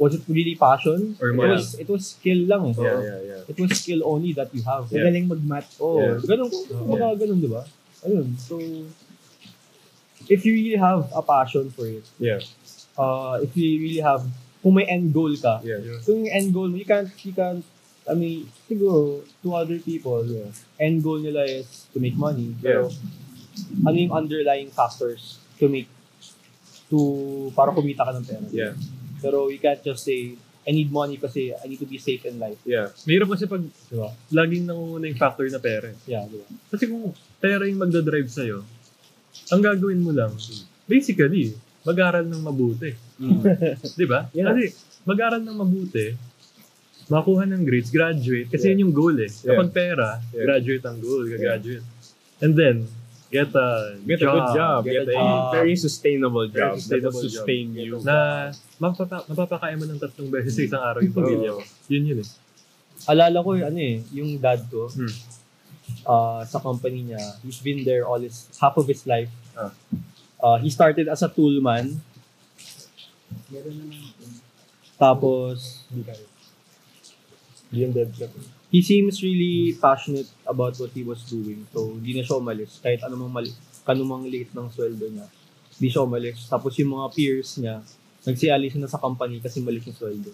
[SPEAKER 4] Was it really passion?
[SPEAKER 1] Or
[SPEAKER 4] it
[SPEAKER 1] money.
[SPEAKER 4] was, it was skill lang eh.
[SPEAKER 1] Yeah, yeah, yeah.
[SPEAKER 4] It was skill only that you have.
[SPEAKER 1] Yeah.
[SPEAKER 2] Magaling mag-mat.
[SPEAKER 4] Oh,
[SPEAKER 1] Yeah.
[SPEAKER 4] ganun, mga ganun, di ba? Ayun, so, if you really have a passion for it,
[SPEAKER 1] Yeah,
[SPEAKER 4] uh, if you really have, kung may end goal ka,
[SPEAKER 1] yeah.
[SPEAKER 4] So yung end goal mo, you can't, you can't, I mean, siguro, to other people, end goal nila is to make money. Pero, ano yung underlying factors to make, to, para kumita ka ng pera.
[SPEAKER 1] Yeah,
[SPEAKER 4] Pero you can't just say, I need money kasi I need to be safe in life.
[SPEAKER 1] yeah.
[SPEAKER 3] Mahirap kasi pag
[SPEAKER 4] Di ba?
[SPEAKER 3] laging nangunguna yung factor na pera. eh.
[SPEAKER 4] Yeah, di ba?
[SPEAKER 3] Kasi kung pera yung magdadrive sa'yo, ang gagawin mo lang, basically, mag-aral ng mabuti.
[SPEAKER 1] Mm.
[SPEAKER 3] Di ba?
[SPEAKER 4] Yeah.
[SPEAKER 3] Kasi mag-aral ng mabuti, makuha ng grades, graduate, kasi
[SPEAKER 1] Yeah.
[SPEAKER 3] yun yung goal eh.
[SPEAKER 1] Yeah.
[SPEAKER 3] Kapag pera,
[SPEAKER 1] Yeah.
[SPEAKER 3] graduate ang goal, gagraduate. And then, get a,
[SPEAKER 1] Get a good job. Get, a,
[SPEAKER 4] job.
[SPEAKER 1] very sustainable job
[SPEAKER 3] Very
[SPEAKER 1] that
[SPEAKER 3] sustainable
[SPEAKER 1] will
[SPEAKER 3] job.
[SPEAKER 1] sustain you.
[SPEAKER 3] na mapapa, mapapakain mo ng tatlong beses sa isang araw
[SPEAKER 1] Oh.
[SPEAKER 3] yung pamilya mo. Yun yun eh.
[SPEAKER 4] Alala ko, ano eh, yung dad ko,
[SPEAKER 3] Hmm.
[SPEAKER 4] uh, sa company niya, he's been there all his, half of his life.
[SPEAKER 1] Ah.
[SPEAKER 4] Uh, he started as a toolman,
[SPEAKER 2] Meron naman.
[SPEAKER 4] tapos,
[SPEAKER 2] Hindi kaya.
[SPEAKER 4] Yung He seems really passionate about what he was doing. So, hindi na siya umalis. Kahit anumang, mali- kanumang liit ng sweldo niya, hindi siya umalis. Tapos yung mga peers niya, nagsialis na sa company kasi malis yung sweldo.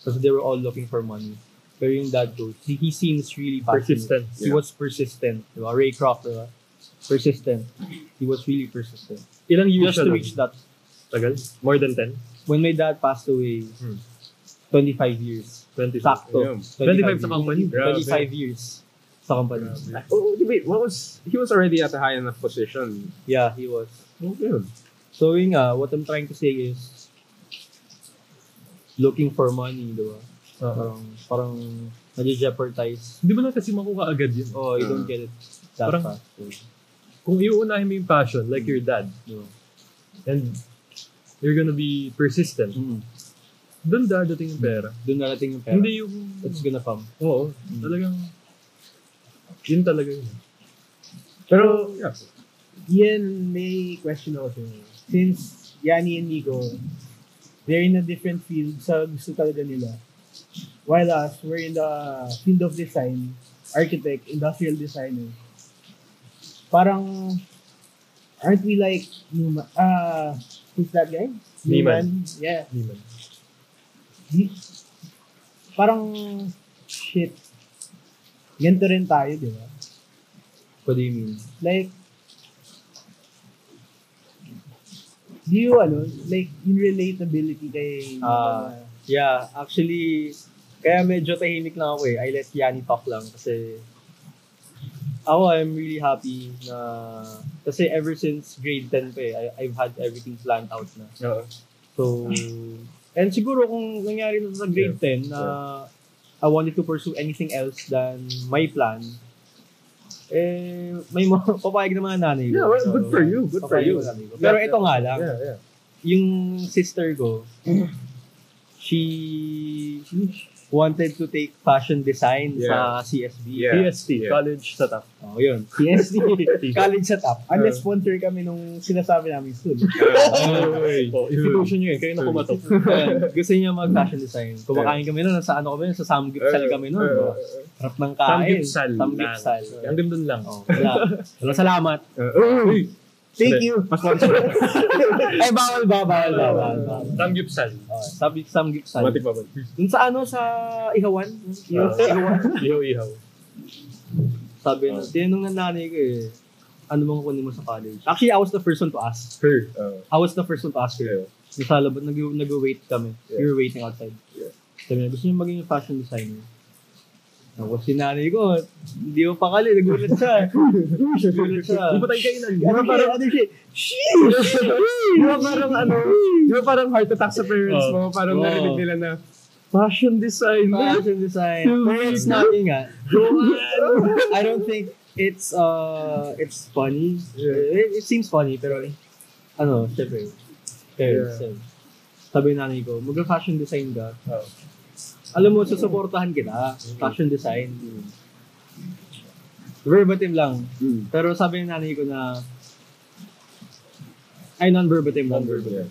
[SPEAKER 4] Kasi they were all looking for money. Pero yung dad ko, he, he seems really passionate.
[SPEAKER 3] Persistent.
[SPEAKER 4] He was persistent. Di ba? Ray Kroc, di ba? Persistent. He was really persistent.
[SPEAKER 3] Ilang years
[SPEAKER 4] Just
[SPEAKER 3] siya
[SPEAKER 4] to
[SPEAKER 3] lang?
[SPEAKER 4] reach that.
[SPEAKER 3] Tagal? More than 10?
[SPEAKER 4] When my dad passed away,
[SPEAKER 3] Hmm.
[SPEAKER 4] 25 years.
[SPEAKER 3] 20?
[SPEAKER 4] Sakto.
[SPEAKER 1] Ayun.
[SPEAKER 3] 25 sa
[SPEAKER 4] years.
[SPEAKER 3] company?
[SPEAKER 1] Grabe.
[SPEAKER 4] 25 years sa company.
[SPEAKER 3] Grabe.
[SPEAKER 1] Oh, wait, what was he was already at a high enough position.
[SPEAKER 4] Yeah, he was.
[SPEAKER 1] Oh, yun.
[SPEAKER 4] So yun nga, what I'm trying to say is looking for money, di ba?
[SPEAKER 3] Uh-huh.
[SPEAKER 4] Parang, parang nage-jeopardize.
[SPEAKER 3] Hindi mo lang kasi makuha agad yun.
[SPEAKER 4] Oh, you don't get it that
[SPEAKER 3] Hmm. Parang-
[SPEAKER 4] fast. So,
[SPEAKER 3] Kung iuunahin mo yung passion, like your dad,
[SPEAKER 4] di ba?
[SPEAKER 3] and you're gonna be persistent,
[SPEAKER 4] Mm.
[SPEAKER 3] doon dadating yung pera.
[SPEAKER 4] Doon narating yung pera.
[SPEAKER 3] Hindi yung...
[SPEAKER 4] It's gonna come.
[SPEAKER 3] Oo, talagang... Yun talaga yun.
[SPEAKER 1] Pero yeah.
[SPEAKER 2] Ian, may question ako sa'yo. Since Yanni and Nico, they're in a different field sa gusto talaga nila. While us, we're in the field of design, architect, industrial designer. Parang, aren't we like Newman? Ah, who's that guy?
[SPEAKER 3] Neiman.
[SPEAKER 2] Yeah.
[SPEAKER 3] Hindi man.
[SPEAKER 2] Di- Parang, shit. Ganito rin tayo, di ba?
[SPEAKER 4] What do you mean?
[SPEAKER 2] Like, do you, ano, like, yung relatability kay,
[SPEAKER 4] Ah.
[SPEAKER 2] mga-
[SPEAKER 4] Yeah, actually, kaya medyo tahimik lang ako eh. I let Yanni talk lang kasi ako, I'm really happy na kasi ever since grade 10 pa eh, I, I've had everything planned out na.
[SPEAKER 3] Oo.
[SPEAKER 4] So, and siguro kung nangyari na sa grade 10 na I wanted to pursue anything else than my plan, eh, may mga papayag na mga nanay. ko.
[SPEAKER 1] Yeah, well, good
[SPEAKER 4] So,
[SPEAKER 1] for you, good for
[SPEAKER 4] papayag
[SPEAKER 1] you.
[SPEAKER 4] na nanay ko. Pero ito nga lang,
[SPEAKER 1] Yeah, yeah.
[SPEAKER 4] yung sister ko, she wanted to take fashion design
[SPEAKER 1] Yeah.
[SPEAKER 4] sa CSB.
[SPEAKER 1] Yeah.
[SPEAKER 3] PST,
[SPEAKER 1] Yeah.
[SPEAKER 3] college setup.
[SPEAKER 4] Oh, yun. CSB. College setup.
[SPEAKER 2] unless sponsor kami nung sinasabi namin soon.
[SPEAKER 3] Oh, institution nyo yun, kayo na pumatok.
[SPEAKER 4] Ayan, gusto niya mag-fashion design. Kumakain kami noon. Sa ano kami nun? Sa Samgyeopsal kami noon. Uh, Trap ng kain.
[SPEAKER 3] Samgyeopsal.
[SPEAKER 4] Samgyeopsal.
[SPEAKER 3] Hanggang doon lang.
[SPEAKER 4] Oh, wala. Wala, salamat.
[SPEAKER 2] Thank you.
[SPEAKER 4] Ay, bawal ba? Bawal ba? Bawal ba?
[SPEAKER 3] Samgyeopsal.
[SPEAKER 4] Oh, sabi, Samgyeopsal.
[SPEAKER 1] Matik pa ba?
[SPEAKER 4] Dun sa ano, sa Ihawan.
[SPEAKER 3] Ah,
[SPEAKER 4] Ihaw-
[SPEAKER 3] Ihaw-ihaw.
[SPEAKER 4] Sabi na, tinanong ng nanay ko eh, ano bang kunin mo sa college? Actually, I was the first one to ask.
[SPEAKER 1] Her. Uh,
[SPEAKER 4] I was the first one to ask her. Nasa labas, nag, nag-wait kami.
[SPEAKER 1] Yeah.
[SPEAKER 4] We were waiting outside.
[SPEAKER 1] Yeah.
[SPEAKER 4] Sabi niya, gusto niyo maging fashion designer. Tapos sinanay ko, hindi mo pakali, nagulat siya. nagulat siya.
[SPEAKER 3] Di ba tayo kainan?
[SPEAKER 4] Di ba parang, ano siya,
[SPEAKER 1] Di ba parang ano? Di ba parang heart attack sa parents
[SPEAKER 3] Oh.
[SPEAKER 1] mo? Parang
[SPEAKER 4] Oh.
[SPEAKER 1] narinig nila na fashion designer.
[SPEAKER 4] fashion design. Parents natin nga. I don't think it's uh it's funny. It, it seems funny pero ano, syempre. Parents.
[SPEAKER 1] Yeah.
[SPEAKER 4] Yeah. Sabi ng nanay ko, mag-fashion design ka.
[SPEAKER 1] Oh.
[SPEAKER 4] Alam mo, susuportahan kita. Fashion design. Verbatim lang. Pero sabi ng nanay ko na ay non-verbatim lang.
[SPEAKER 1] Yeah.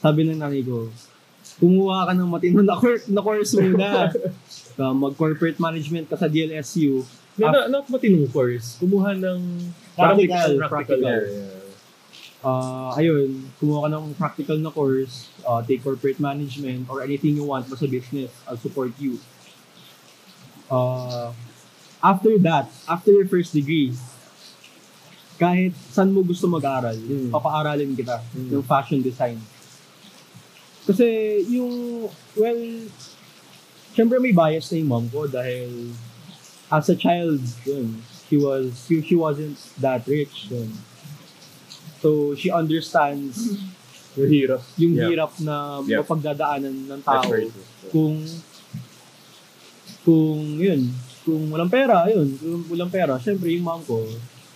[SPEAKER 4] Sabi ng nanay ko, kumuha ka ng matino na, course, na course muna. uh, mag-corporate management ka sa DLSU.
[SPEAKER 3] Na, na, matinong course. Kumuha ng... parang
[SPEAKER 4] Practical,
[SPEAKER 3] mix-
[SPEAKER 4] practical.
[SPEAKER 3] yeah.
[SPEAKER 4] Ah, ayun, kumuha ka ng practical na course, ah, take corporate management, or anything you want basta business, I'll support you. Ah, after that, after your first degree, kahit saan mo gusto mag-aral, papaaralin kita ng fashion design. Kasi yung, well, syempre may bias na yung mom ko dahil as a child, yun, she was, she, she wasn't that rich. Yun. So, she understands
[SPEAKER 3] Yung hirap.
[SPEAKER 4] yung
[SPEAKER 1] Yeah.
[SPEAKER 4] hirap na
[SPEAKER 1] Yeah.
[SPEAKER 4] mapagdadaanan ng
[SPEAKER 1] That's
[SPEAKER 4] tao
[SPEAKER 1] very true. Yeah.
[SPEAKER 4] kung kung yun, kung walang pera, yun, kung walang pera, syempre yung mom ko,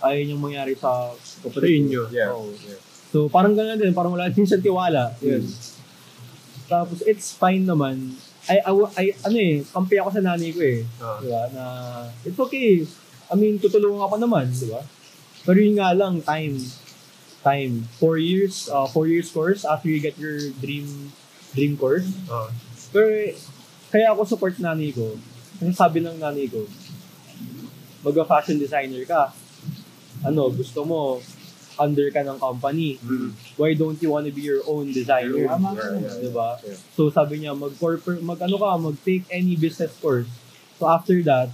[SPEAKER 4] ayaw niyang mangyari sa
[SPEAKER 3] Sa inyo.
[SPEAKER 1] Yeah.
[SPEAKER 4] Oo.
[SPEAKER 1] yeah.
[SPEAKER 4] So, parang ganun din, parang wala din siyang tiwala. Yun. Tapos, it's fine naman. Ay, aw- ay, ano eh, kampi ako sa nanay ko eh.
[SPEAKER 3] Ah.
[SPEAKER 4] Diba? Na, it's okay. I mean, tutulungan ako naman, di ba? Pero yun nga lang, time. Time. Four years, uh, four years course after you get your dream dream course.
[SPEAKER 3] Ah.
[SPEAKER 4] Pero, eh, kaya ako support nanay ko. Kasi sabi ng nanay ko, mag-fashion designer ka. Ano, gusto mo, under ka ng company. Why don't you wanna be your own designer?
[SPEAKER 1] Yeah,
[SPEAKER 4] Tama
[SPEAKER 1] Mm. yeah,
[SPEAKER 4] ka,
[SPEAKER 1] yeah.
[SPEAKER 4] diba?
[SPEAKER 1] Yeah.
[SPEAKER 4] So sabi niya, mag-corporate, mag-ano ka, mag-take any business course. So after that,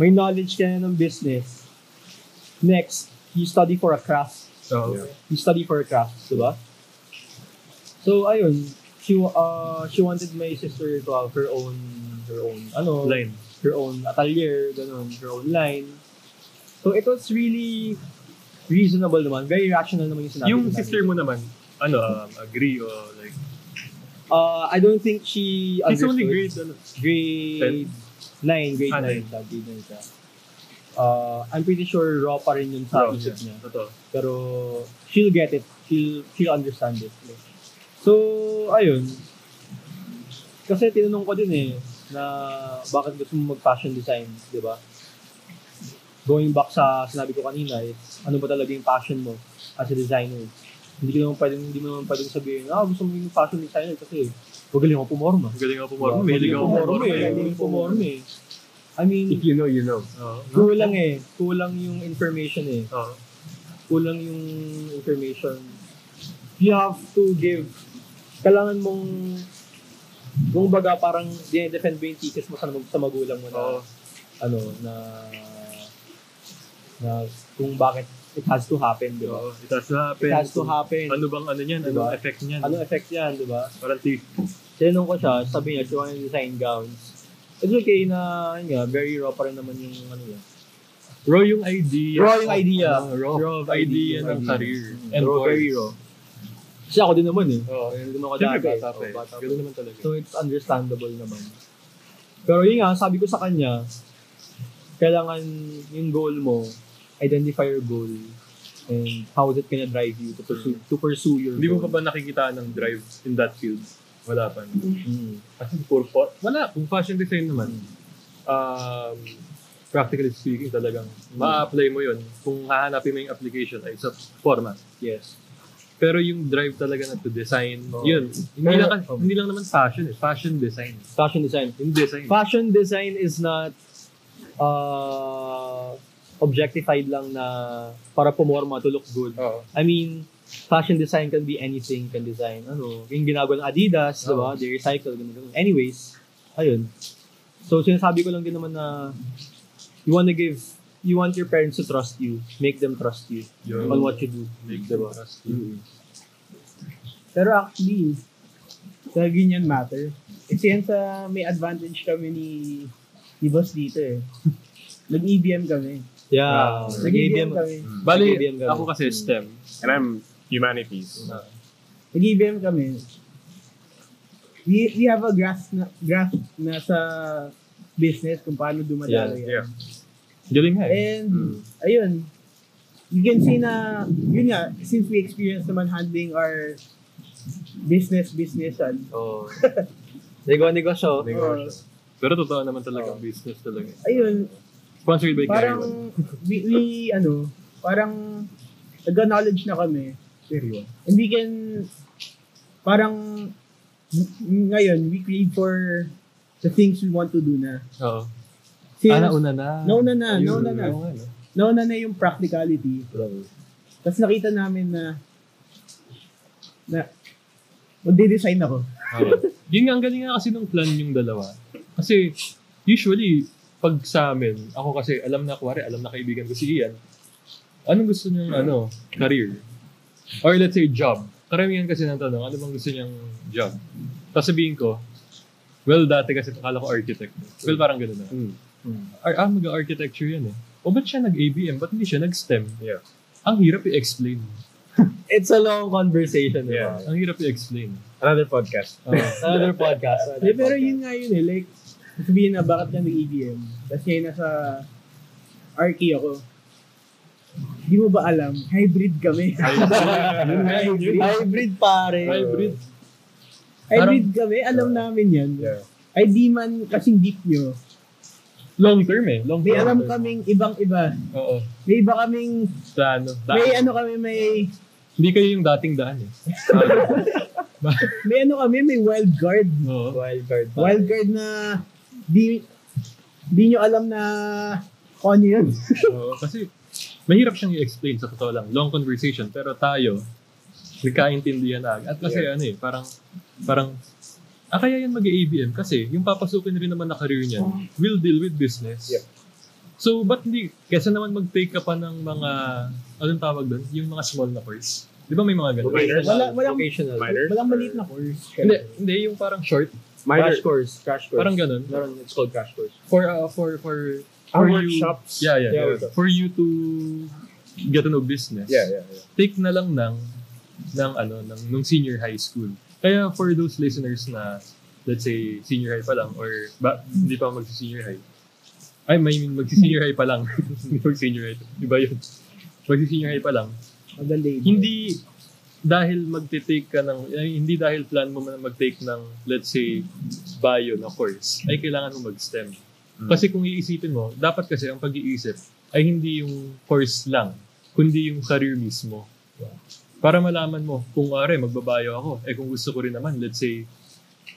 [SPEAKER 4] may knowledge ka na ng business. Next, you study for a craft
[SPEAKER 3] So,
[SPEAKER 1] Yeah.
[SPEAKER 4] you study for a craft, di ba? So, ayun, she, wa- uh, she wanted my sister to have her own, her own, ano,
[SPEAKER 3] line.
[SPEAKER 4] her own atelier, ganun, her own line. So, it was really reasonable naman. Very rational naman yung sinabi
[SPEAKER 3] Yung
[SPEAKER 4] ko
[SPEAKER 3] sister mo naman, ano, um, agree o like...
[SPEAKER 4] Uh, I don't think she
[SPEAKER 3] She's only
[SPEAKER 4] understood.
[SPEAKER 3] grade, ano,
[SPEAKER 4] Grade 9, grade
[SPEAKER 3] Ah,
[SPEAKER 4] 9. Grade 9 siya. Uh, I'm pretty sure raw pa rin yun sa
[SPEAKER 3] Raw,
[SPEAKER 4] isip niya.
[SPEAKER 3] Totoo.
[SPEAKER 4] Pero she'll get it. She'll, she'll understand it. So, ayun. Kasi tinanong ko din eh, na bakit gusto mo mag-fashion design, di ba? Going back sa sinabi ko kanina, it's ano ba talaga yung passion mo as a designer? Hindi ko naman pwedeng, hindi mo naman pwedeng sabihin, ah, gusto mo yung fashion designer kasi magaling ako pumorma.
[SPEAKER 3] Ang Galing ako pumorma.
[SPEAKER 4] Diba?
[SPEAKER 3] Mahilig ako
[SPEAKER 4] Magaling
[SPEAKER 3] pumorma.
[SPEAKER 4] eh. Magaling ako pumorma eh. I mean,
[SPEAKER 1] If you know, you know.
[SPEAKER 3] Oo.
[SPEAKER 4] kulang eh. Kulang yung information eh
[SPEAKER 3] Oo.
[SPEAKER 4] kulang yung information. You have to give. Kailangan mong, kung baga parang dinedefend mo yung thesis mo sa, mag- sa magulang mo na,
[SPEAKER 3] Oo.
[SPEAKER 4] ano, na, na kung bakit it has to happen, di ba?
[SPEAKER 3] Oo. It has to happen.
[SPEAKER 4] Diba? It has to happen.
[SPEAKER 3] Ano bang ano niyan?
[SPEAKER 4] Diba?
[SPEAKER 3] Ano effect niyan?
[SPEAKER 4] Ano effect yan, di ba?
[SPEAKER 3] Parang tea.
[SPEAKER 4] Tinanong ko siya, sabi niya, she wanted to design gowns. It's okay na, yun nga, very raw pa rin naman yung, ano yun.
[SPEAKER 3] Raw yung idea.
[SPEAKER 4] Raw yung idea.
[SPEAKER 3] Ah, raw.
[SPEAKER 4] Raw
[SPEAKER 3] Raw
[SPEAKER 4] of idea.
[SPEAKER 3] idea, ng ano, career. And
[SPEAKER 4] raw,
[SPEAKER 3] course.
[SPEAKER 4] very raw. Kasi ako din naman eh.
[SPEAKER 3] Oo.
[SPEAKER 4] Ganun din ako
[SPEAKER 3] Siyempre
[SPEAKER 4] dati.
[SPEAKER 3] bata pa
[SPEAKER 4] Oo,
[SPEAKER 3] eh.
[SPEAKER 4] bata pa.
[SPEAKER 3] Ganun naman talaga.
[SPEAKER 4] So it's understandable naman. Pero yun nga, sabi ko sa kanya, kailangan yung goal mo, identify your goal and how is it gonna drive you to pursue, to pursue your
[SPEAKER 3] Mm. Hindi mo
[SPEAKER 4] goal.
[SPEAKER 3] pa ba nakikita ng drive in that field? Wala pa. no?
[SPEAKER 4] Mm.
[SPEAKER 3] As in, for, for, wala. Kung fashion design naman,
[SPEAKER 4] Mm.
[SPEAKER 3] um, practically speaking, talagang
[SPEAKER 4] Mm.
[SPEAKER 3] ma-apply mo yun. Kung hahanapin mo yung application ay sa format.
[SPEAKER 4] Yes.
[SPEAKER 3] Pero yung drive talaga na to design,
[SPEAKER 4] Oo.
[SPEAKER 3] yun. Hindi lang,
[SPEAKER 4] Oo.
[SPEAKER 3] hindi lang naman fashion eh. Fashion design.
[SPEAKER 4] Fashion design.
[SPEAKER 3] Yung design.
[SPEAKER 4] Fashion design is not uh, objectified lang na para pumorma to look good.
[SPEAKER 3] Oo.
[SPEAKER 4] I mean, fashion design can be anything, can design, ano, yung ginagawa ng Adidas, di ba? They recycle, ganun, ganun. Anyways, ayun. So, sinasabi ko lang din naman na you wanna give you want your parents to trust you, make them trust you
[SPEAKER 3] Yun.
[SPEAKER 4] on what you do.
[SPEAKER 3] Make them
[SPEAKER 4] diba?
[SPEAKER 3] trust you.
[SPEAKER 2] Pero actually, sa ganyan matter. Kasi yan sa may advantage kami ni, ni boss dito eh. Nag-EBM kami.
[SPEAKER 3] Wow.
[SPEAKER 4] Yeah.
[SPEAKER 2] Nag-EBM
[SPEAKER 4] Nag-EBM.
[SPEAKER 2] kami.
[SPEAKER 3] Bali,
[SPEAKER 4] Nag-EBM kami.
[SPEAKER 3] ako kasi STEM.
[SPEAKER 1] And I'm humanities.
[SPEAKER 3] Ah,
[SPEAKER 2] Nag-EBM kami. We, we have a grasp na, grasp na sa business kung paano dumadalo yan.
[SPEAKER 1] Yeah.
[SPEAKER 3] Galing nga eh.
[SPEAKER 2] And,
[SPEAKER 3] Mm.
[SPEAKER 2] ayun, you can see na, yun nga, since we experience naman handling our business businessan,
[SPEAKER 3] Oo.
[SPEAKER 4] Nego-negosyo.
[SPEAKER 3] Negosyo. Pero totoo naman talaga, business talaga. eh.
[SPEAKER 2] ayun,
[SPEAKER 3] Sponsored by
[SPEAKER 2] parang,
[SPEAKER 3] Gary One.
[SPEAKER 2] we, we, ano, parang, nag-knowledge na kami,
[SPEAKER 1] Serious.
[SPEAKER 2] and we can, parang, ng- ngayon, we crave for the things we want to do na.
[SPEAKER 3] Oo.
[SPEAKER 2] Since,
[SPEAKER 3] Ah, nauna na.
[SPEAKER 2] Nauna na,
[SPEAKER 3] Ayun,
[SPEAKER 2] nauna na.
[SPEAKER 3] oo nga, no?
[SPEAKER 2] nauna na yung practicality. Tapos nakita namin na na magde-design ako.
[SPEAKER 3] Oo. Yun nga, ang galing nga kasi nung plan yung dalawa. Kasi, usually, pag sa amin, ako kasi, alam na, kuwari, alam na kaibigan ko si Ian, anong gusto niyang, ano, career? Or let's say, job. Karamihan kasi ng tanong, ano bang gusto niyang job? Tapos sabihin ko, well, dati kasi akala ko architect. Well, parang gano'n na.
[SPEAKER 1] Mm.
[SPEAKER 3] Ar- ah, mag-architecture yan eh. O ba't siya nag-ABM? Ba't hindi siya nag-STEM?
[SPEAKER 1] Yeah.
[SPEAKER 3] Ang hirap i-explain.
[SPEAKER 4] It's a long conversation.
[SPEAKER 1] Yeah.
[SPEAKER 4] Diba?
[SPEAKER 3] Ang hirap i-explain.
[SPEAKER 1] Another podcast.
[SPEAKER 3] Ah.
[SPEAKER 4] Another podcast. another
[SPEAKER 2] Eh, pero
[SPEAKER 4] podcast.
[SPEAKER 2] yun nga yun eh. Like, sabihin na bakit ka nag-EBM? Tapos ngayon nasa RK ako. Di mo ba alam? Hybrid kami.
[SPEAKER 3] Yun nga, yun yun.
[SPEAKER 2] Eh,
[SPEAKER 4] Hybrid pare.
[SPEAKER 2] oh.
[SPEAKER 3] Hybrid.
[SPEAKER 2] Hybrid kami. Alam namin yan.
[SPEAKER 1] Yeah.
[SPEAKER 2] Ay di man kasing deep nyo.
[SPEAKER 3] Long term eh. Long
[SPEAKER 2] May
[SPEAKER 3] term.
[SPEAKER 2] alam kaming ibang-iba.
[SPEAKER 3] Oo.
[SPEAKER 2] May iba kaming,
[SPEAKER 3] Plano. Daan.
[SPEAKER 2] may ano kami, may,
[SPEAKER 3] Hindi kayo yung dating daan eh.
[SPEAKER 2] may ano kami, may wild card.
[SPEAKER 3] Oo.
[SPEAKER 4] Wildcard.
[SPEAKER 2] Wild card na di di nyo alam na kung ano yun.
[SPEAKER 3] Oo. Kasi mahirap siyang i-explain sa totoo lang. Long conversation. Pero tayo, nagkaintindihan na. At kasi ano eh, parang, parang, ah kaya yan mag-ABM kasi yung papasukin rin naman na career niyan will deal with business.
[SPEAKER 1] Yep.
[SPEAKER 3] So, ba't hindi, kesa naman mag-take ka pa ng mga, anong tawag doon? Yung mga small na course. Di ba may mga ganun?
[SPEAKER 1] Okay.
[SPEAKER 2] Wala- walang-
[SPEAKER 4] vocational.
[SPEAKER 1] Minor?
[SPEAKER 2] Walang maliit na course.
[SPEAKER 3] Hindi, hindi, yung parang short.
[SPEAKER 1] Minor.
[SPEAKER 4] Crash course. Crash course.
[SPEAKER 3] Parang ganun.
[SPEAKER 4] Meron, it's called crash course.
[SPEAKER 3] For, uh, for, for,
[SPEAKER 1] Our
[SPEAKER 3] for you-
[SPEAKER 1] workshops.
[SPEAKER 3] Yeah, yeah.
[SPEAKER 4] Yeah,
[SPEAKER 1] workshops.
[SPEAKER 3] For you to get to know business.
[SPEAKER 1] Yeah, yeah, yeah.
[SPEAKER 3] Take na lang ng, ng ano, ng, nung senior high school. Kaya for those listeners na, let's say, senior high pa lang or ba, hindi pa mag-senior high. Ay, may mag-senior high pa lang. Hindi mag-senior high. Iba yun. Mag-senior high pa lang.
[SPEAKER 2] Maganda yun.
[SPEAKER 3] Hindi dahil magte-take ka ng, ay, hindi dahil plan mo na mag-take ng, let's say, bio na course, ay kailangan mo mag-STEM. Kasi kung iisipin mo, dapat kasi ang pag-iisip ay hindi yung course lang, kundi yung career mismo. Para malaman mo, kung are, magbabayo ako, eh kung gusto ko rin naman, let's say,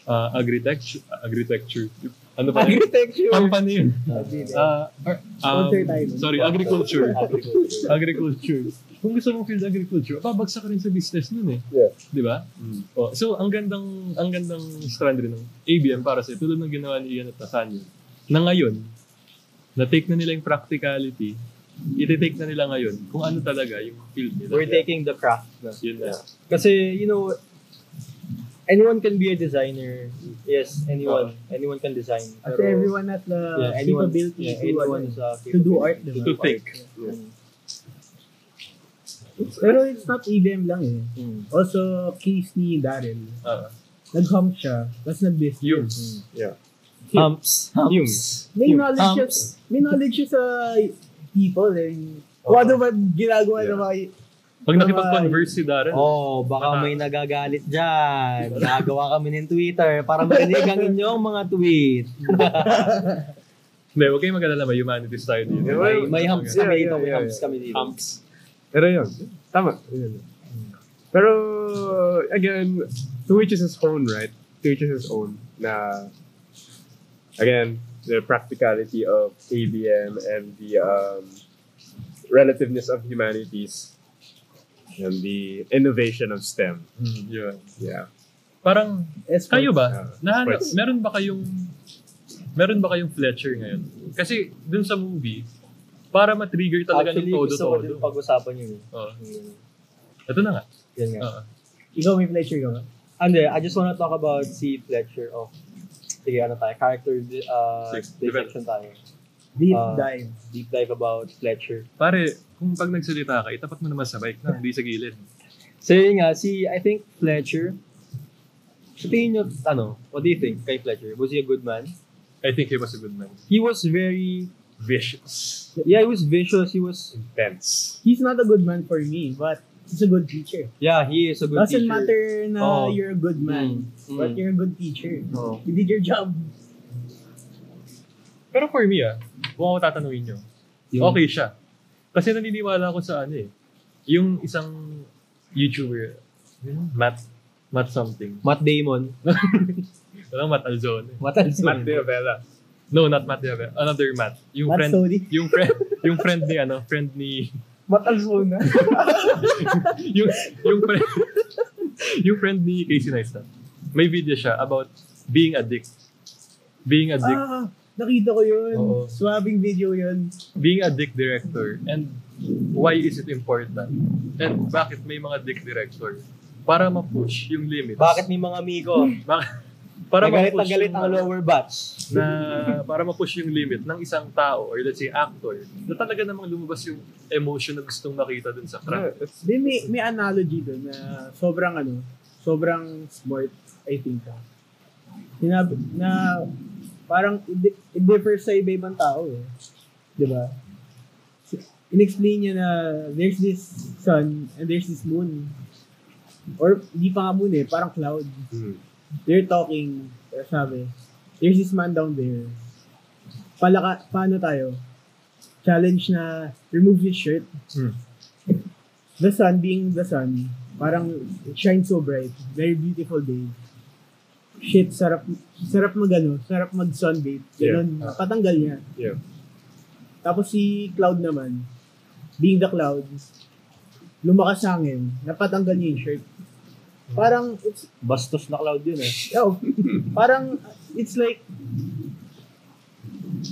[SPEAKER 3] uh, agritecture, agritecture, ano ba? yun?
[SPEAKER 4] Agriculture.
[SPEAKER 3] Pampano yun? Uh, or, um,
[SPEAKER 2] Sponsor tayo.
[SPEAKER 3] sorry, agriculture.
[SPEAKER 4] Agriculture.
[SPEAKER 3] agriculture. Kung gusto mong field agriculture, babagsak ka rin sa business nun eh.
[SPEAKER 1] Yeah.
[SPEAKER 3] Di ba?
[SPEAKER 1] Mm.
[SPEAKER 4] Hmm.
[SPEAKER 3] Oh, so, ang gandang ang gandang strand rin ng ABM para sa tulad ng ginawa ni Ian at Nathaniel. Na ngayon, na-take na nila yung practicality, iti-take na nila ngayon kung ano talaga yung field nila.
[SPEAKER 4] We're taking the craft na.
[SPEAKER 3] Yun na.
[SPEAKER 4] Kasi, you know, anyone can be a designer. Yes, anyone.
[SPEAKER 1] Ah.
[SPEAKER 4] Anyone can design.
[SPEAKER 2] Kasi everyone has the
[SPEAKER 4] yeah, anyone,
[SPEAKER 2] capability
[SPEAKER 4] yeah,
[SPEAKER 2] to,
[SPEAKER 4] anyone
[SPEAKER 2] ano,
[SPEAKER 4] is uh, a
[SPEAKER 2] to do art. Diba?
[SPEAKER 4] capability
[SPEAKER 3] To think.
[SPEAKER 2] Pero it's not EBM lang eh.
[SPEAKER 4] Mm.
[SPEAKER 2] Also, case ni Daryl.
[SPEAKER 3] Ah,
[SPEAKER 2] Nag-hump siya, tapos nag-business.
[SPEAKER 3] yung.
[SPEAKER 4] Humps.
[SPEAKER 1] Humps.
[SPEAKER 2] May knowledge siya,
[SPEAKER 4] Humps.
[SPEAKER 2] may knowledge siya sa people eh. Kung ano ba ginagawa
[SPEAKER 1] Yeah.
[SPEAKER 2] ng mga
[SPEAKER 3] Pag nakipag-converse si Darren,
[SPEAKER 4] Oh,
[SPEAKER 1] Ah.
[SPEAKER 4] baka
[SPEAKER 3] Baka-
[SPEAKER 4] may nagagalit dyan. Nagawa kami ng Twitter para marinig ang inyong mga tweet.
[SPEAKER 3] hindi, huwag kayong mag-alala, may humanities tayo dito.
[SPEAKER 1] Yeah,
[SPEAKER 4] May,
[SPEAKER 1] well,
[SPEAKER 4] may humps
[SPEAKER 1] yeah,
[SPEAKER 4] kami
[SPEAKER 1] yeah,
[SPEAKER 4] dito. May
[SPEAKER 1] yeah,
[SPEAKER 4] humps
[SPEAKER 1] yeah.
[SPEAKER 4] kami dito.
[SPEAKER 3] Humps.
[SPEAKER 1] Pero yun, tama. Yun. Pero, again, to each is his own, right? To each is his own. Na, again, the practicality of ABM and the um, relativeness of humanities and the innovation of STEM.
[SPEAKER 3] Hmm, Yun.
[SPEAKER 1] Yeah.
[SPEAKER 3] Parang,
[SPEAKER 2] esports.
[SPEAKER 3] Kayo
[SPEAKER 1] Ah,
[SPEAKER 3] ba?
[SPEAKER 4] Uh,
[SPEAKER 3] Nahanap,
[SPEAKER 1] sports.
[SPEAKER 3] meron ba kayong meron ba kayong Fletcher ngayon? Kasi dun sa movie, Para ma-trigger talaga
[SPEAKER 4] Actually,
[SPEAKER 3] ng
[SPEAKER 4] gusto ko din
[SPEAKER 3] todo-todo.
[SPEAKER 4] pag-usapan yun.
[SPEAKER 3] Oo.
[SPEAKER 4] Yung-
[SPEAKER 3] Ito na nga. Oh,
[SPEAKER 4] Yun nga.
[SPEAKER 3] Oo.
[SPEAKER 4] Ikaw may Fletcher ka ba? Ano eh, I just wanna talk about si Fletcher of, sige ano tayo, character uh,
[SPEAKER 3] Six-
[SPEAKER 4] dissection tayo.
[SPEAKER 2] Deep
[SPEAKER 4] Ah.
[SPEAKER 2] dive.
[SPEAKER 4] Deep dive about Fletcher.
[SPEAKER 3] Pare, kung pag nagsalita ka, itapat mo naman sa bike na, hindi sa gilid.
[SPEAKER 4] So yun nga, si, I think Fletcher, sa tingin nyo, ano, what do you think kay Fletcher? Was he a good man?
[SPEAKER 3] I think he was a good man.
[SPEAKER 4] He was very,
[SPEAKER 3] Vicious.
[SPEAKER 4] yeah, he was vicious, he was,
[SPEAKER 3] Intense.
[SPEAKER 2] He's not a good man for me, but he's a good teacher.
[SPEAKER 4] yeah, he is a good
[SPEAKER 2] Doesn't
[SPEAKER 4] teacher.
[SPEAKER 2] matter na
[SPEAKER 4] Oh.
[SPEAKER 2] you're a good man,
[SPEAKER 4] Mm,
[SPEAKER 2] but
[SPEAKER 4] mm.
[SPEAKER 2] you're a good teacher.
[SPEAKER 4] Oh.
[SPEAKER 2] You did your job.
[SPEAKER 3] Pero for me ah, kung ako tatanungin nyo,
[SPEAKER 4] Yun.
[SPEAKER 3] okay siya. Kasi naniniwala ako sa ano eh. Yung isang YouTuber, yun, Matt, Matt something.
[SPEAKER 4] Matt Damon.
[SPEAKER 3] Walang Matt Alzone.
[SPEAKER 4] Matt Alzone.
[SPEAKER 3] Matt Diabella. No, not Matt Diabella. Another Matt. Yung
[SPEAKER 2] Matt
[SPEAKER 3] friend,
[SPEAKER 2] Sodi.
[SPEAKER 3] yung friend, yung friend ni ano, friend ni,
[SPEAKER 2] But also na.
[SPEAKER 3] yung, yung friend, yung friend ni Casey Neistat. May video siya about being addict. Being addict.
[SPEAKER 2] ah, nakita ko yun.
[SPEAKER 3] Oo.
[SPEAKER 2] Swabbing video yun.
[SPEAKER 3] being a dick director and why is it important? And bakit may mga dick director? Para ma-push yung limits.
[SPEAKER 4] Bakit may mga Miko?
[SPEAKER 3] Bak- para
[SPEAKER 4] Nagalit na
[SPEAKER 3] ma-push
[SPEAKER 4] galit
[SPEAKER 3] yung
[SPEAKER 4] ang
[SPEAKER 3] mga-
[SPEAKER 4] lower batch.
[SPEAKER 3] na para ma-push yung limit ng isang tao or let's say actor na talaga namang lumabas yung emotion na gustong makita dun sa craft.
[SPEAKER 2] Di, may, may analogy doon na sobrang ano, sobrang smart, I think. ah. Sinabi na parang it, it differs sa iba-ibang tao eh. Di ba? Inexplain niya na there's this sun and there's this moon. Or di pa nga moon eh, parang cloud. They're talking, eh, sabi, there's this man down there. Palaka, paano tayo? Challenge na remove his shirt
[SPEAKER 3] Hmm.
[SPEAKER 2] the sun being the sun, parang it shines so bright. Very beautiful day. Shit, sarap, sarap mag ano, sarap mag sunbathe. Ganun,
[SPEAKER 3] Yeah.
[SPEAKER 2] patanggal niya.
[SPEAKER 3] Yeah.
[SPEAKER 2] Tapos si Cloud naman, being the Cloud, lumakas sa hangin, napatanggal niya yung shirt. Parang, it's,
[SPEAKER 4] Bastos na cloud yun eh.
[SPEAKER 2] oh, parang, it's like,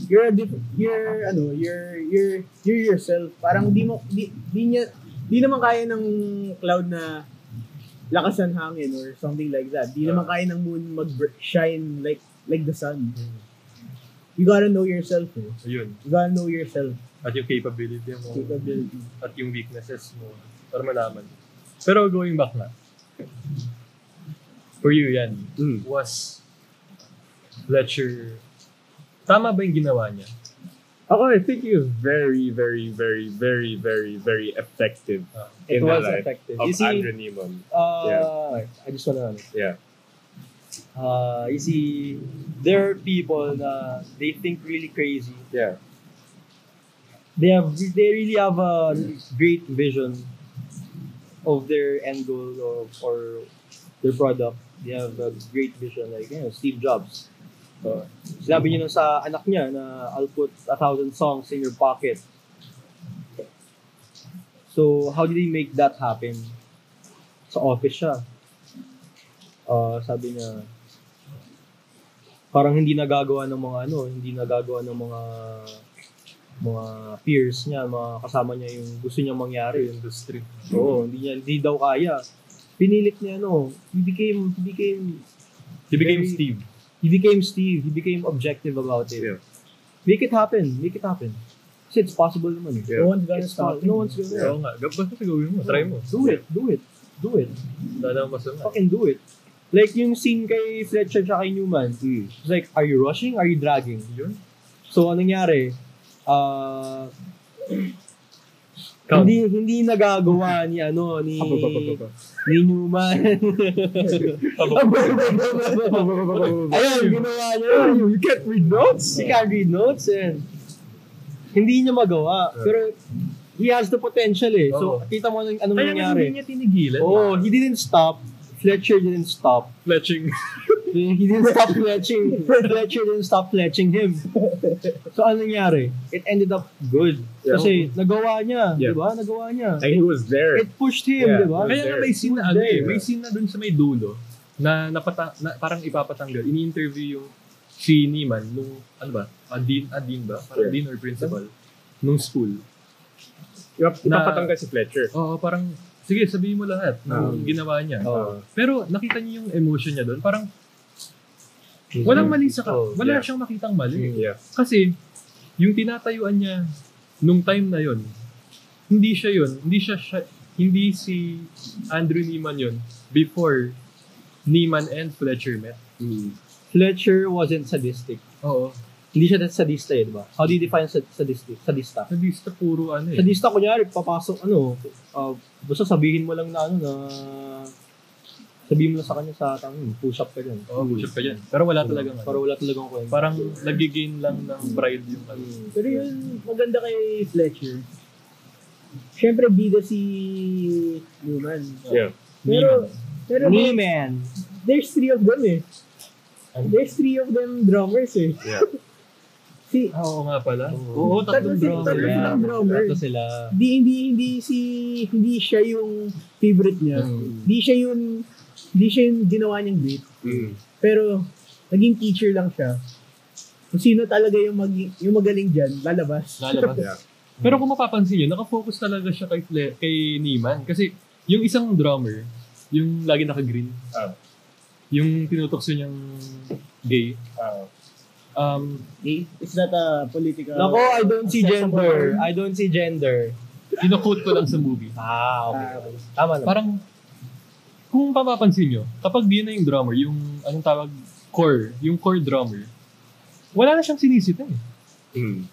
[SPEAKER 2] you're a diff- you're ano you're you're you're yourself parang di mo di, di niya di naman kaya ng cloud na lakasan hangin or something like that di naman kaya ng moon mag shine like like the sun you gotta know yourself eh.
[SPEAKER 3] Yun.
[SPEAKER 2] you gotta know yourself
[SPEAKER 3] At yung capability mo.
[SPEAKER 2] capability
[SPEAKER 3] at yung weaknesses mo para malaman. Pero going back na, for you yan,
[SPEAKER 4] Mm.
[SPEAKER 3] was Fletcher, tama ba yung ginawa niya?
[SPEAKER 1] Oh, I think he was very, very, very, very, very, very effective
[SPEAKER 3] Ah,
[SPEAKER 4] It
[SPEAKER 1] in the
[SPEAKER 4] was
[SPEAKER 1] life
[SPEAKER 4] effective.
[SPEAKER 1] of
[SPEAKER 4] You see,
[SPEAKER 1] Andrew Neiman.
[SPEAKER 4] uh,
[SPEAKER 1] Yeah.
[SPEAKER 4] I just wanna,
[SPEAKER 1] Yeah.
[SPEAKER 4] uh, you see, there are people na they think really crazy.
[SPEAKER 1] Yeah.
[SPEAKER 4] They have, they really have a great vision of their end goal or, or their product. They have a great vision like, you know, Steve Jobs. So, sinabi niya nun sa anak niya na I'll put a thousand songs in your pocket. So, how did he make that happen? Sa office siya. Uh, sabi niya, parang hindi nagagawa ng mga ano, hindi nagagawa ng mga mga peers niya, mga kasama niya yung gusto niya mangyari.
[SPEAKER 3] Industry.
[SPEAKER 4] Oo, hindi niya, hindi daw kaya. Pinilit niya, ano, he became, he became,
[SPEAKER 3] He became
[SPEAKER 4] Very-
[SPEAKER 3] Steve.
[SPEAKER 4] he became Steve, he became objective about it.
[SPEAKER 1] Yeah.
[SPEAKER 4] Make it happen, make it happen. Kasi it's possible naman. eh.
[SPEAKER 1] Yeah.
[SPEAKER 2] no one's gonna
[SPEAKER 4] It's
[SPEAKER 2] stop
[SPEAKER 4] po- no one's gonna,
[SPEAKER 3] Oo nga. Gab- Basta gawin mo. Try mo.
[SPEAKER 4] do it, do it, do it,
[SPEAKER 3] Sana mo masama.
[SPEAKER 4] fucking do it. Like yung scene kay Fletcher siya kay Newman,
[SPEAKER 1] Mm.
[SPEAKER 4] it's like, are you rushing, are you dragging?
[SPEAKER 3] Hmm. Yun.
[SPEAKER 4] So, anong nangyari? Ah,
[SPEAKER 3] Count.
[SPEAKER 4] hindi hindi nagagawa ni ano ni ni Newman.
[SPEAKER 3] Ano
[SPEAKER 4] Ayun, ginawa niya. yun.
[SPEAKER 1] You can't read notes?
[SPEAKER 4] He can't read notes and eh. hindi niya magawa. Pero he has the potential eh.
[SPEAKER 3] Oo.
[SPEAKER 4] So, kita mo anong, anong
[SPEAKER 3] Kaya nga hindi
[SPEAKER 4] nangyari.
[SPEAKER 3] niya tinigilan.
[SPEAKER 4] Oh, he didn't stop. Fletcher didn't stop.
[SPEAKER 3] Fletching.
[SPEAKER 4] He didn't stop fletching. Fletcher didn't stop fletching him. So, anong nangyari? It ended up good.
[SPEAKER 1] Yeah.
[SPEAKER 4] Kasi nagawa niya,
[SPEAKER 1] Yeah.
[SPEAKER 4] di ba? Nagawa niya.
[SPEAKER 1] I think he was there.
[SPEAKER 4] It pushed him,
[SPEAKER 1] Yeah.
[SPEAKER 4] di ba?
[SPEAKER 1] Kaya
[SPEAKER 3] Kaya nga may scene na ano
[SPEAKER 4] there.
[SPEAKER 3] eh, may scene na dun sa may dulo na, napata- na parang ipapatanggal. Ini-interview yung si Niman nung, ano ba, Adin, Adin ba? Parang
[SPEAKER 1] Yeah.
[SPEAKER 3] Dean or Principal. nung school.
[SPEAKER 1] Ipap-
[SPEAKER 3] Na-
[SPEAKER 1] Ipapatanggal si Fletcher.
[SPEAKER 3] Oo, parang, sige, sabihin mo lahat
[SPEAKER 1] Ah.
[SPEAKER 3] ng ginawa niya.
[SPEAKER 4] Oo.
[SPEAKER 3] Pero nakita niyo yung emotion niya doon. Parang, walang mali sa ka.
[SPEAKER 1] Mm-hmm. Oh, Mm-hmm.
[SPEAKER 3] Wala
[SPEAKER 1] yeah. Mm,
[SPEAKER 3] siyang nakitang mali.
[SPEAKER 1] Yeah.
[SPEAKER 3] Kasi, yung tinatayuan niya nung time na yon hindi siya yon Hindi siya, siya- hindi si Andrew Neiman yon before Neiman and Fletcher met.
[SPEAKER 4] Fletcher wasn't sadistic.
[SPEAKER 3] Oo.
[SPEAKER 4] Hindi siya sadista eh, di ba? How do you define sad- sadistic? Sadista.
[SPEAKER 3] Sadista puro ano eh.
[SPEAKER 4] Sadista, kunyari, papasok, ano, ah, basta sabihin mo lang na, ano, na, sabihin mo lang sa kanya sa, tang, push up ka dyan.
[SPEAKER 3] Oo, push up ka dyan. Pero wala
[SPEAKER 4] Talaga,
[SPEAKER 3] talagang
[SPEAKER 4] para wala talagang kwento.
[SPEAKER 3] Parang nagigain lang ng pride yung ano.
[SPEAKER 2] Pero yun, maganda kay Fletcher. Siyempre, bida si Newman.
[SPEAKER 1] Yeah.
[SPEAKER 2] Pero, pero
[SPEAKER 4] Ni man.
[SPEAKER 2] there's three of them eh. There's three of them drummers eh.
[SPEAKER 1] Yeah.
[SPEAKER 2] Si,
[SPEAKER 3] Ah, Oo nga pala. Oo,
[SPEAKER 4] Oo,
[SPEAKER 3] tatlong
[SPEAKER 2] Tatlo sila,
[SPEAKER 3] drama.
[SPEAKER 2] tatlo sila ang drummer.
[SPEAKER 4] Ito sila.
[SPEAKER 2] Hindi, hindi, hindi si, hindi siya yung favorite niya.
[SPEAKER 4] Mm.
[SPEAKER 2] Hindi siya yung, hindi siya yung ginawa niyang great.
[SPEAKER 1] Mm.
[SPEAKER 2] Pero, naging teacher lang siya. Kung sino talaga yung, mag- yung magaling dyan, lalabas.
[SPEAKER 3] Lalabas.
[SPEAKER 1] Yeah.
[SPEAKER 3] Pero kung mapapansin nyo, nakafocus talaga siya kay, Fle- kay Neiman. Kasi yung isang drummer, yung lagi naka-green,
[SPEAKER 1] Ah.
[SPEAKER 3] yung tinutokso niyang gay,
[SPEAKER 1] Ah.
[SPEAKER 3] um,
[SPEAKER 5] Is that a political...
[SPEAKER 4] Nako, I don't see gender. I don't see gender.
[SPEAKER 3] kinukot ko lang sa movie.
[SPEAKER 4] Ah, okay.
[SPEAKER 5] Ah, okay.
[SPEAKER 4] Tama naman.
[SPEAKER 3] Parang, kung mapapansin nyo, kapag di na yung drummer, yung anong tawag, core, yung core drummer, wala na siyang sinisita eh.
[SPEAKER 1] Mm.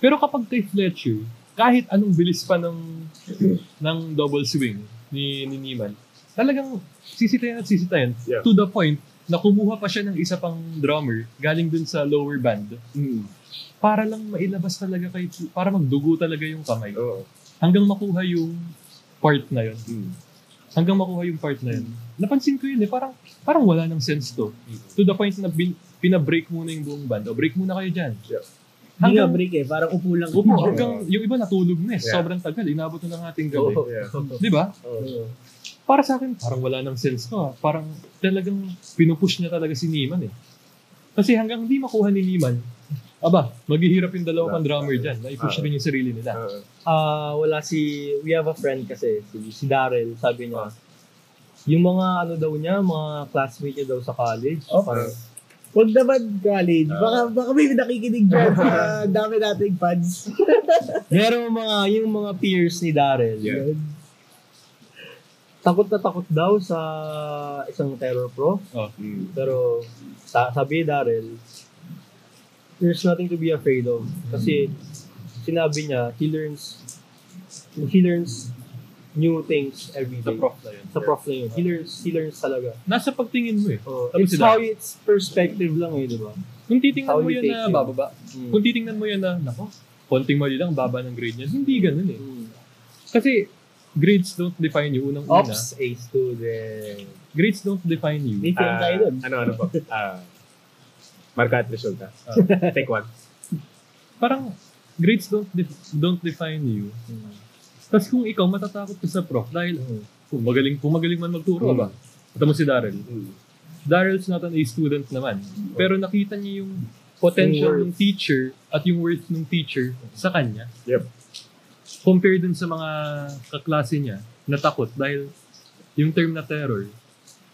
[SPEAKER 3] Pero kapag kay Fletcher, kahit anong bilis pa ng ng double swing ni, ni Neiman, talagang sisitayan at sisitayan
[SPEAKER 1] Yeah.
[SPEAKER 3] to the point na kumuha pa siya ng isa pang drummer galing dun sa lower band
[SPEAKER 1] Mm.
[SPEAKER 3] para lang mailabas talaga kay para magdugo talaga yung kamay
[SPEAKER 1] Oo.
[SPEAKER 3] hanggang makuha yung part na yun
[SPEAKER 1] Oh, Mm.
[SPEAKER 3] hanggang makuha yung part na yun napansin ko yun eh parang parang wala ng sense to to the point na bin, pina-break muna yung buong band o break muna kayo dyan
[SPEAKER 1] Yeah.
[SPEAKER 2] Hindi nga break eh, parang upo lang.
[SPEAKER 3] Opo, hanggang yung iba natulog na eh.
[SPEAKER 1] Yeah.
[SPEAKER 3] Sobrang tagal. Inabot na ng ating gabi.
[SPEAKER 1] Yeah. Oh.
[SPEAKER 3] Di ba? Para sa akin, parang wala ng sense to. ah. Parang talagang pinupush niya talaga si Neiman eh. Kasi hanggang di makuha ni Neiman, aba, maghihirap yung dalawa pang drummer dyan. Naipush
[SPEAKER 1] Ah.
[SPEAKER 3] rin yung sarili nila.
[SPEAKER 1] Ah.
[SPEAKER 4] Ah, wala si we have a friend kasi si, si Daryl, sabi niya. Yung mga ano daw niya, mga classmate niya daw sa college.
[SPEAKER 2] Oh,
[SPEAKER 1] uh,
[SPEAKER 4] parang,
[SPEAKER 2] Huwag naman college.
[SPEAKER 4] Uh.
[SPEAKER 2] Baka, baka may nakikinig dyan sa dami nating fans.
[SPEAKER 4] merong mga yung mga peers ni Daryl.
[SPEAKER 1] Yeah.
[SPEAKER 4] yun, Takot na takot daw sa isang terror pro,
[SPEAKER 1] Mm.
[SPEAKER 4] pero sa, sabi ni Daryl, there's nothing to be afraid of kasi sinabi niya, he learns he learns new things every
[SPEAKER 3] Sa
[SPEAKER 4] day.
[SPEAKER 3] prof na yun.
[SPEAKER 4] sa prof na yun. He learns, he learns talaga.
[SPEAKER 3] Nasa pagtingin mo eh.
[SPEAKER 4] Oh,
[SPEAKER 3] Tapos
[SPEAKER 4] it's
[SPEAKER 3] sila.
[SPEAKER 4] how it's perspective lang eh, di ba?
[SPEAKER 3] Kung titingnan
[SPEAKER 4] How
[SPEAKER 3] mo
[SPEAKER 4] you
[SPEAKER 3] yun
[SPEAKER 4] take Hmm.
[SPEAKER 3] na
[SPEAKER 4] it.
[SPEAKER 3] bababa, kung titingnan mo yun na, nako, konting mali lang, baba ng grade niya. Hindi ganun eh. Kasi grades don't define you unang-una.
[SPEAKER 4] Ops, a student.
[SPEAKER 3] Grades don't define you.
[SPEAKER 4] May
[SPEAKER 1] Ah,
[SPEAKER 4] film tayo dun.
[SPEAKER 1] ano, ano po? Ah. marka at resulta.
[SPEAKER 3] Ah.
[SPEAKER 1] Uh, Take one.
[SPEAKER 3] parang grades don't def- don't define you. Tapos kung ikaw matatakot ka sa prof dahil
[SPEAKER 4] Hmm.
[SPEAKER 3] kung magaling kung magaling man magturo ba. Ito mo si Daryl.
[SPEAKER 1] Mm.
[SPEAKER 3] Daryl's not an A student naman. Pero nakita niya yung potential ng teacher at yung worth ng teacher sa kanya.
[SPEAKER 1] Yep.
[SPEAKER 3] Compare dun sa mga kaklase niya na takot dahil yung term na terror,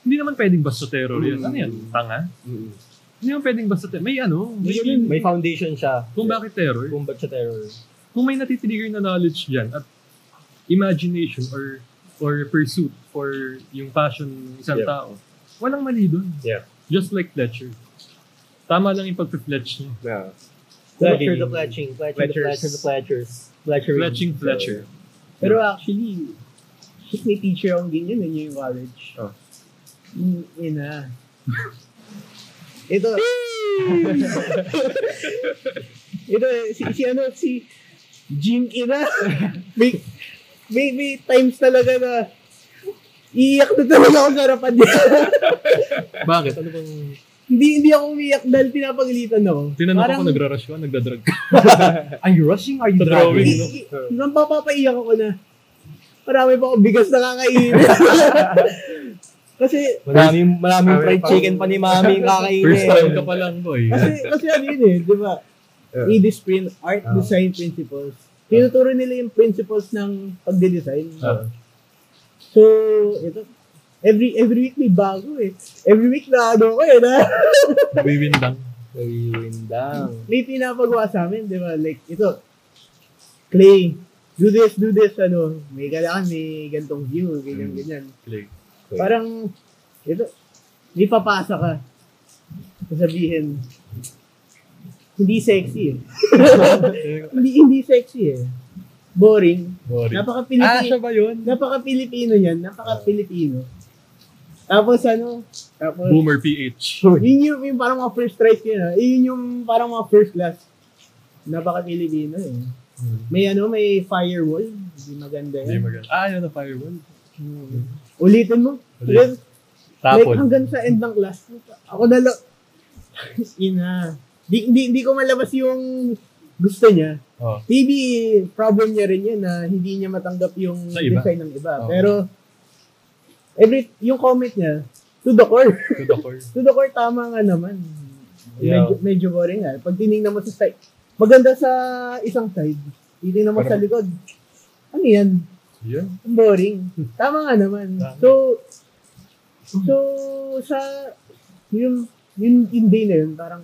[SPEAKER 3] hindi naman pwedeng basta terror yan. Ano yan? Tanga?
[SPEAKER 1] Mm.
[SPEAKER 3] Hindi naman pwedeng basta terror. May ano? May,
[SPEAKER 4] May foundation siya.
[SPEAKER 3] kung bakit terror?
[SPEAKER 4] Kung ba't siya terror.
[SPEAKER 3] kung may natitrigger na knowledge dyan at imagination or or pursuit or yung passion ng isang
[SPEAKER 1] Yeah.
[SPEAKER 3] tao, walang mali dun.
[SPEAKER 1] Yeah.
[SPEAKER 3] Just like Fletcher. Tama lang yung pag-fletch niya.
[SPEAKER 1] Yeah.
[SPEAKER 4] Fletcher the Fletching. Fletcher the
[SPEAKER 1] Fletchers.
[SPEAKER 4] Fletcher the Fletchers. Fletcher.
[SPEAKER 3] Fletching Fletcher.
[SPEAKER 2] Pero actually, shit, may teacher akong ganyan na yung college.
[SPEAKER 1] Oh.
[SPEAKER 2] Mm, yun na. Ito. Ito, si, si ano, si Jing Ina. May, may, may times talaga na iiyak na talaga ako sa harapan niya.
[SPEAKER 3] Bakit? Ano bang...
[SPEAKER 2] hindi, hindi ako umiyak dahil pinapagalitan ako.
[SPEAKER 3] Tinanong ko
[SPEAKER 2] Parang-
[SPEAKER 3] kung nagra-rush ka, nagdadrag ka.
[SPEAKER 4] Are you rushing? Are you
[SPEAKER 3] Sa drawing.
[SPEAKER 4] driving?
[SPEAKER 3] no?
[SPEAKER 2] I- i- Nang papapaiyak ako na, marami pa akong bigas na kakainin. kasi,
[SPEAKER 4] Maraming, maraming
[SPEAKER 1] Marami
[SPEAKER 4] fried
[SPEAKER 1] pa-
[SPEAKER 4] chicken pa ni mami yung kakainin.
[SPEAKER 3] First time ka pa lang, boy.
[SPEAKER 2] kasi, kasi ano yun eh, di ba?
[SPEAKER 1] Yeah.
[SPEAKER 2] Read this
[SPEAKER 5] Print, art
[SPEAKER 1] Ah.
[SPEAKER 5] design principles.
[SPEAKER 2] Tinuturo nila yung principles ng pagde-design.
[SPEAKER 3] Ah.
[SPEAKER 2] So, ito. Every every week may bago eh. Every week na ano ko eh. Na,
[SPEAKER 3] Nabiwindang.
[SPEAKER 4] Windang.
[SPEAKER 2] may pinapagawa sa amin, di ba? Like, ito. Clay, do this, do this, ano. May kailangan, may gantong view, ganyan,
[SPEAKER 3] Mm.
[SPEAKER 2] ganyan.
[SPEAKER 3] Like,
[SPEAKER 1] Okay.
[SPEAKER 2] Parang, ito, may papasa ka. Sasabihin, hindi sexy eh. hindi, hindi sexy eh. Boring.
[SPEAKER 3] boring.
[SPEAKER 2] Napaka-Pilipino.
[SPEAKER 4] Ah, siya ba yun? Ah.
[SPEAKER 2] Napaka-Pilipino yan. Napaka-Pilipino. Tapos ano, tapos,
[SPEAKER 3] Boomer PH.
[SPEAKER 2] yun yung, yung parang mga first strike yun. Ha? Yun yung parang mga first class. Napaka-Pilipino eh. May ano, may firewall. Hindi maganda
[SPEAKER 3] Hmm. Hindi
[SPEAKER 2] yan.
[SPEAKER 3] maganda. Ah, yun na firewall.
[SPEAKER 2] Hmm. Ulitin mo. Ulit.
[SPEAKER 3] Ulit.
[SPEAKER 2] Like,
[SPEAKER 3] Tapon.
[SPEAKER 2] hanggang sa end ng class. Ako na lang. Ina. Di, di, di ko malabas yung gusto niya.
[SPEAKER 3] Oh.
[SPEAKER 2] Maybe problem niya rin yun na hindi niya matanggap yung
[SPEAKER 3] Sa iba.
[SPEAKER 2] design ng iba.
[SPEAKER 3] Oo.
[SPEAKER 2] Pero, every, yung comment niya, to the core.
[SPEAKER 3] To the core.
[SPEAKER 2] to the core, tama nga naman.
[SPEAKER 3] Yeah.
[SPEAKER 2] Medyo, medyo boring nga. Pag tinignan mo sa side, maganda sa isang side, titignan mo sa
[SPEAKER 3] Pero-
[SPEAKER 2] likod. Ano yan?
[SPEAKER 3] Yun.
[SPEAKER 2] Ang boring. Tama nga naman.
[SPEAKER 3] Tama.
[SPEAKER 2] So, so, sa, yun, yun, yung day na yun, parang,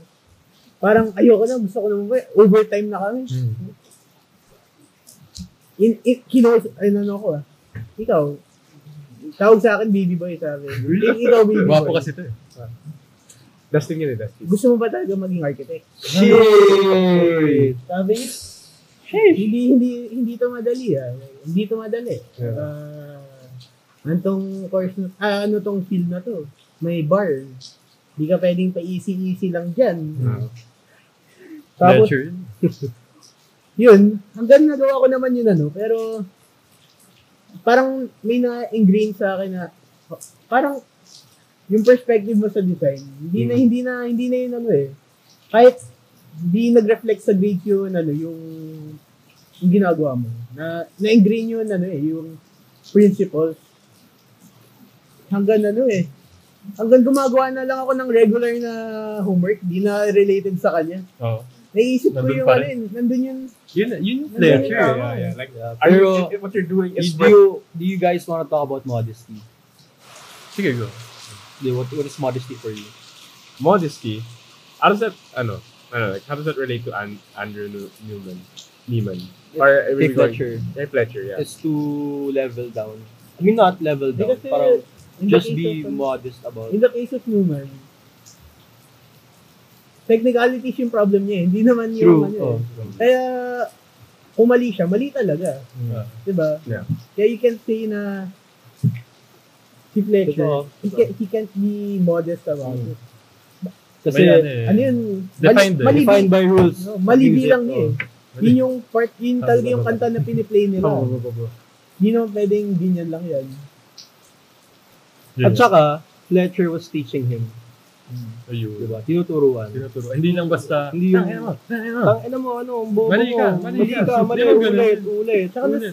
[SPEAKER 2] parang ayoko na, gusto ko na umuwi. Overtime na kami.
[SPEAKER 3] Hmm.
[SPEAKER 2] In, in, kinos, ay, ano ko ah. Ikaw, tawag sa akin, baby boy, sabi. Ik- ikaw, baby boy.
[SPEAKER 3] Gwapo kasi ito eh.
[SPEAKER 1] Dustin yun eh, Dustin.
[SPEAKER 2] Gusto mo ba talaga maging architect?
[SPEAKER 1] Shit!
[SPEAKER 2] Sabi niya, hindi, hindi, hindi to madali ah. Hindi to madali.
[SPEAKER 1] Yeah.
[SPEAKER 2] Ah, antong course, na, ah, ano tong field na to? May bar. Hindi ka pwedeng pa-easy-easy lang dyan. Tapos,
[SPEAKER 3] Ledger yun.
[SPEAKER 2] yun, hanggang nagawa ko naman yun ano, pero parang may na-ingrain sa akin na parang yung perspective mo sa design, hindi
[SPEAKER 3] Mm.
[SPEAKER 2] na hindi na hindi na yun ano eh. Kahit hindi nag-reflect sa grade yun ano, yung, yung ginagawa mo. Na na-ingrain yun ano eh, yung principles. Hanggang ano eh. Hanggang gumagawa na lang ako ng regular na homework, di na related sa kanya.
[SPEAKER 3] Oo.
[SPEAKER 2] Naisip ko
[SPEAKER 3] Nandun
[SPEAKER 2] yung
[SPEAKER 3] pa
[SPEAKER 2] ano
[SPEAKER 3] rin.
[SPEAKER 2] eh, nandun yun
[SPEAKER 3] Yun, yun yung
[SPEAKER 1] Yeah,
[SPEAKER 2] Yeah,
[SPEAKER 3] flair.
[SPEAKER 2] Ledger.
[SPEAKER 1] yeah, yeah, yeah. Like, are you,
[SPEAKER 4] Pero-
[SPEAKER 1] what you're doing is
[SPEAKER 4] Do you, do you guys want to talk about modesty?
[SPEAKER 3] Sige, go.
[SPEAKER 4] Do you- What, what is modesty for you?
[SPEAKER 1] modesty. How does that, ano, ano, like, how does that relate to An- Andrew New- Newman? Newman. Or, are we
[SPEAKER 4] Take
[SPEAKER 1] going-
[SPEAKER 4] lecture.
[SPEAKER 1] Nick Fletcher, yeah.
[SPEAKER 4] It's to level down. I mean, not level down.
[SPEAKER 2] Because, uh,
[SPEAKER 4] Parang
[SPEAKER 2] In the
[SPEAKER 4] just
[SPEAKER 2] case
[SPEAKER 4] be
[SPEAKER 2] of-
[SPEAKER 4] modest about
[SPEAKER 2] In the case of Newman, technicalities yung problem niya eh. Hindi naman yung
[SPEAKER 4] True.
[SPEAKER 2] ano
[SPEAKER 4] Oh.
[SPEAKER 2] eh. Kaya, kung mali siya, mali talaga.
[SPEAKER 4] Oh.
[SPEAKER 3] Ah.
[SPEAKER 2] Diba?
[SPEAKER 1] Yeah.
[SPEAKER 2] Kaya you can say na si Fletcher,
[SPEAKER 4] Totoo,
[SPEAKER 2] he,
[SPEAKER 4] totoo.
[SPEAKER 2] can, he can't be modest about
[SPEAKER 4] Mm.
[SPEAKER 2] it.
[SPEAKER 4] Kasi,
[SPEAKER 3] May ano eh.
[SPEAKER 2] Ano yun?
[SPEAKER 3] Defined eh.
[SPEAKER 2] mali, mali,
[SPEAKER 4] defined by rules.
[SPEAKER 2] no, mali
[SPEAKER 4] Use it,
[SPEAKER 2] bilang niya
[SPEAKER 4] oh.
[SPEAKER 2] eh. Yun yung part, yun talaga yung kanta na piniplay nila.
[SPEAKER 1] Oh, go, go, go.
[SPEAKER 2] Hindi naman pwedeng ganyan lang yan.
[SPEAKER 3] Yun
[SPEAKER 4] At saka, Fletcher was teaching him.
[SPEAKER 3] yun. Ayun.
[SPEAKER 4] Diba? Tinuturuan.
[SPEAKER 3] Tinuturo. Hindi lang basta,
[SPEAKER 4] Hindi yung... Tangina mo, ano, ang bobo
[SPEAKER 3] Mali ka,
[SPEAKER 4] mo.
[SPEAKER 3] mali
[SPEAKER 4] Mali
[SPEAKER 3] ka.
[SPEAKER 4] ka, mali,
[SPEAKER 3] Hindi mo ganun.
[SPEAKER 4] ulit, ulit.
[SPEAKER 2] Tsaka nas-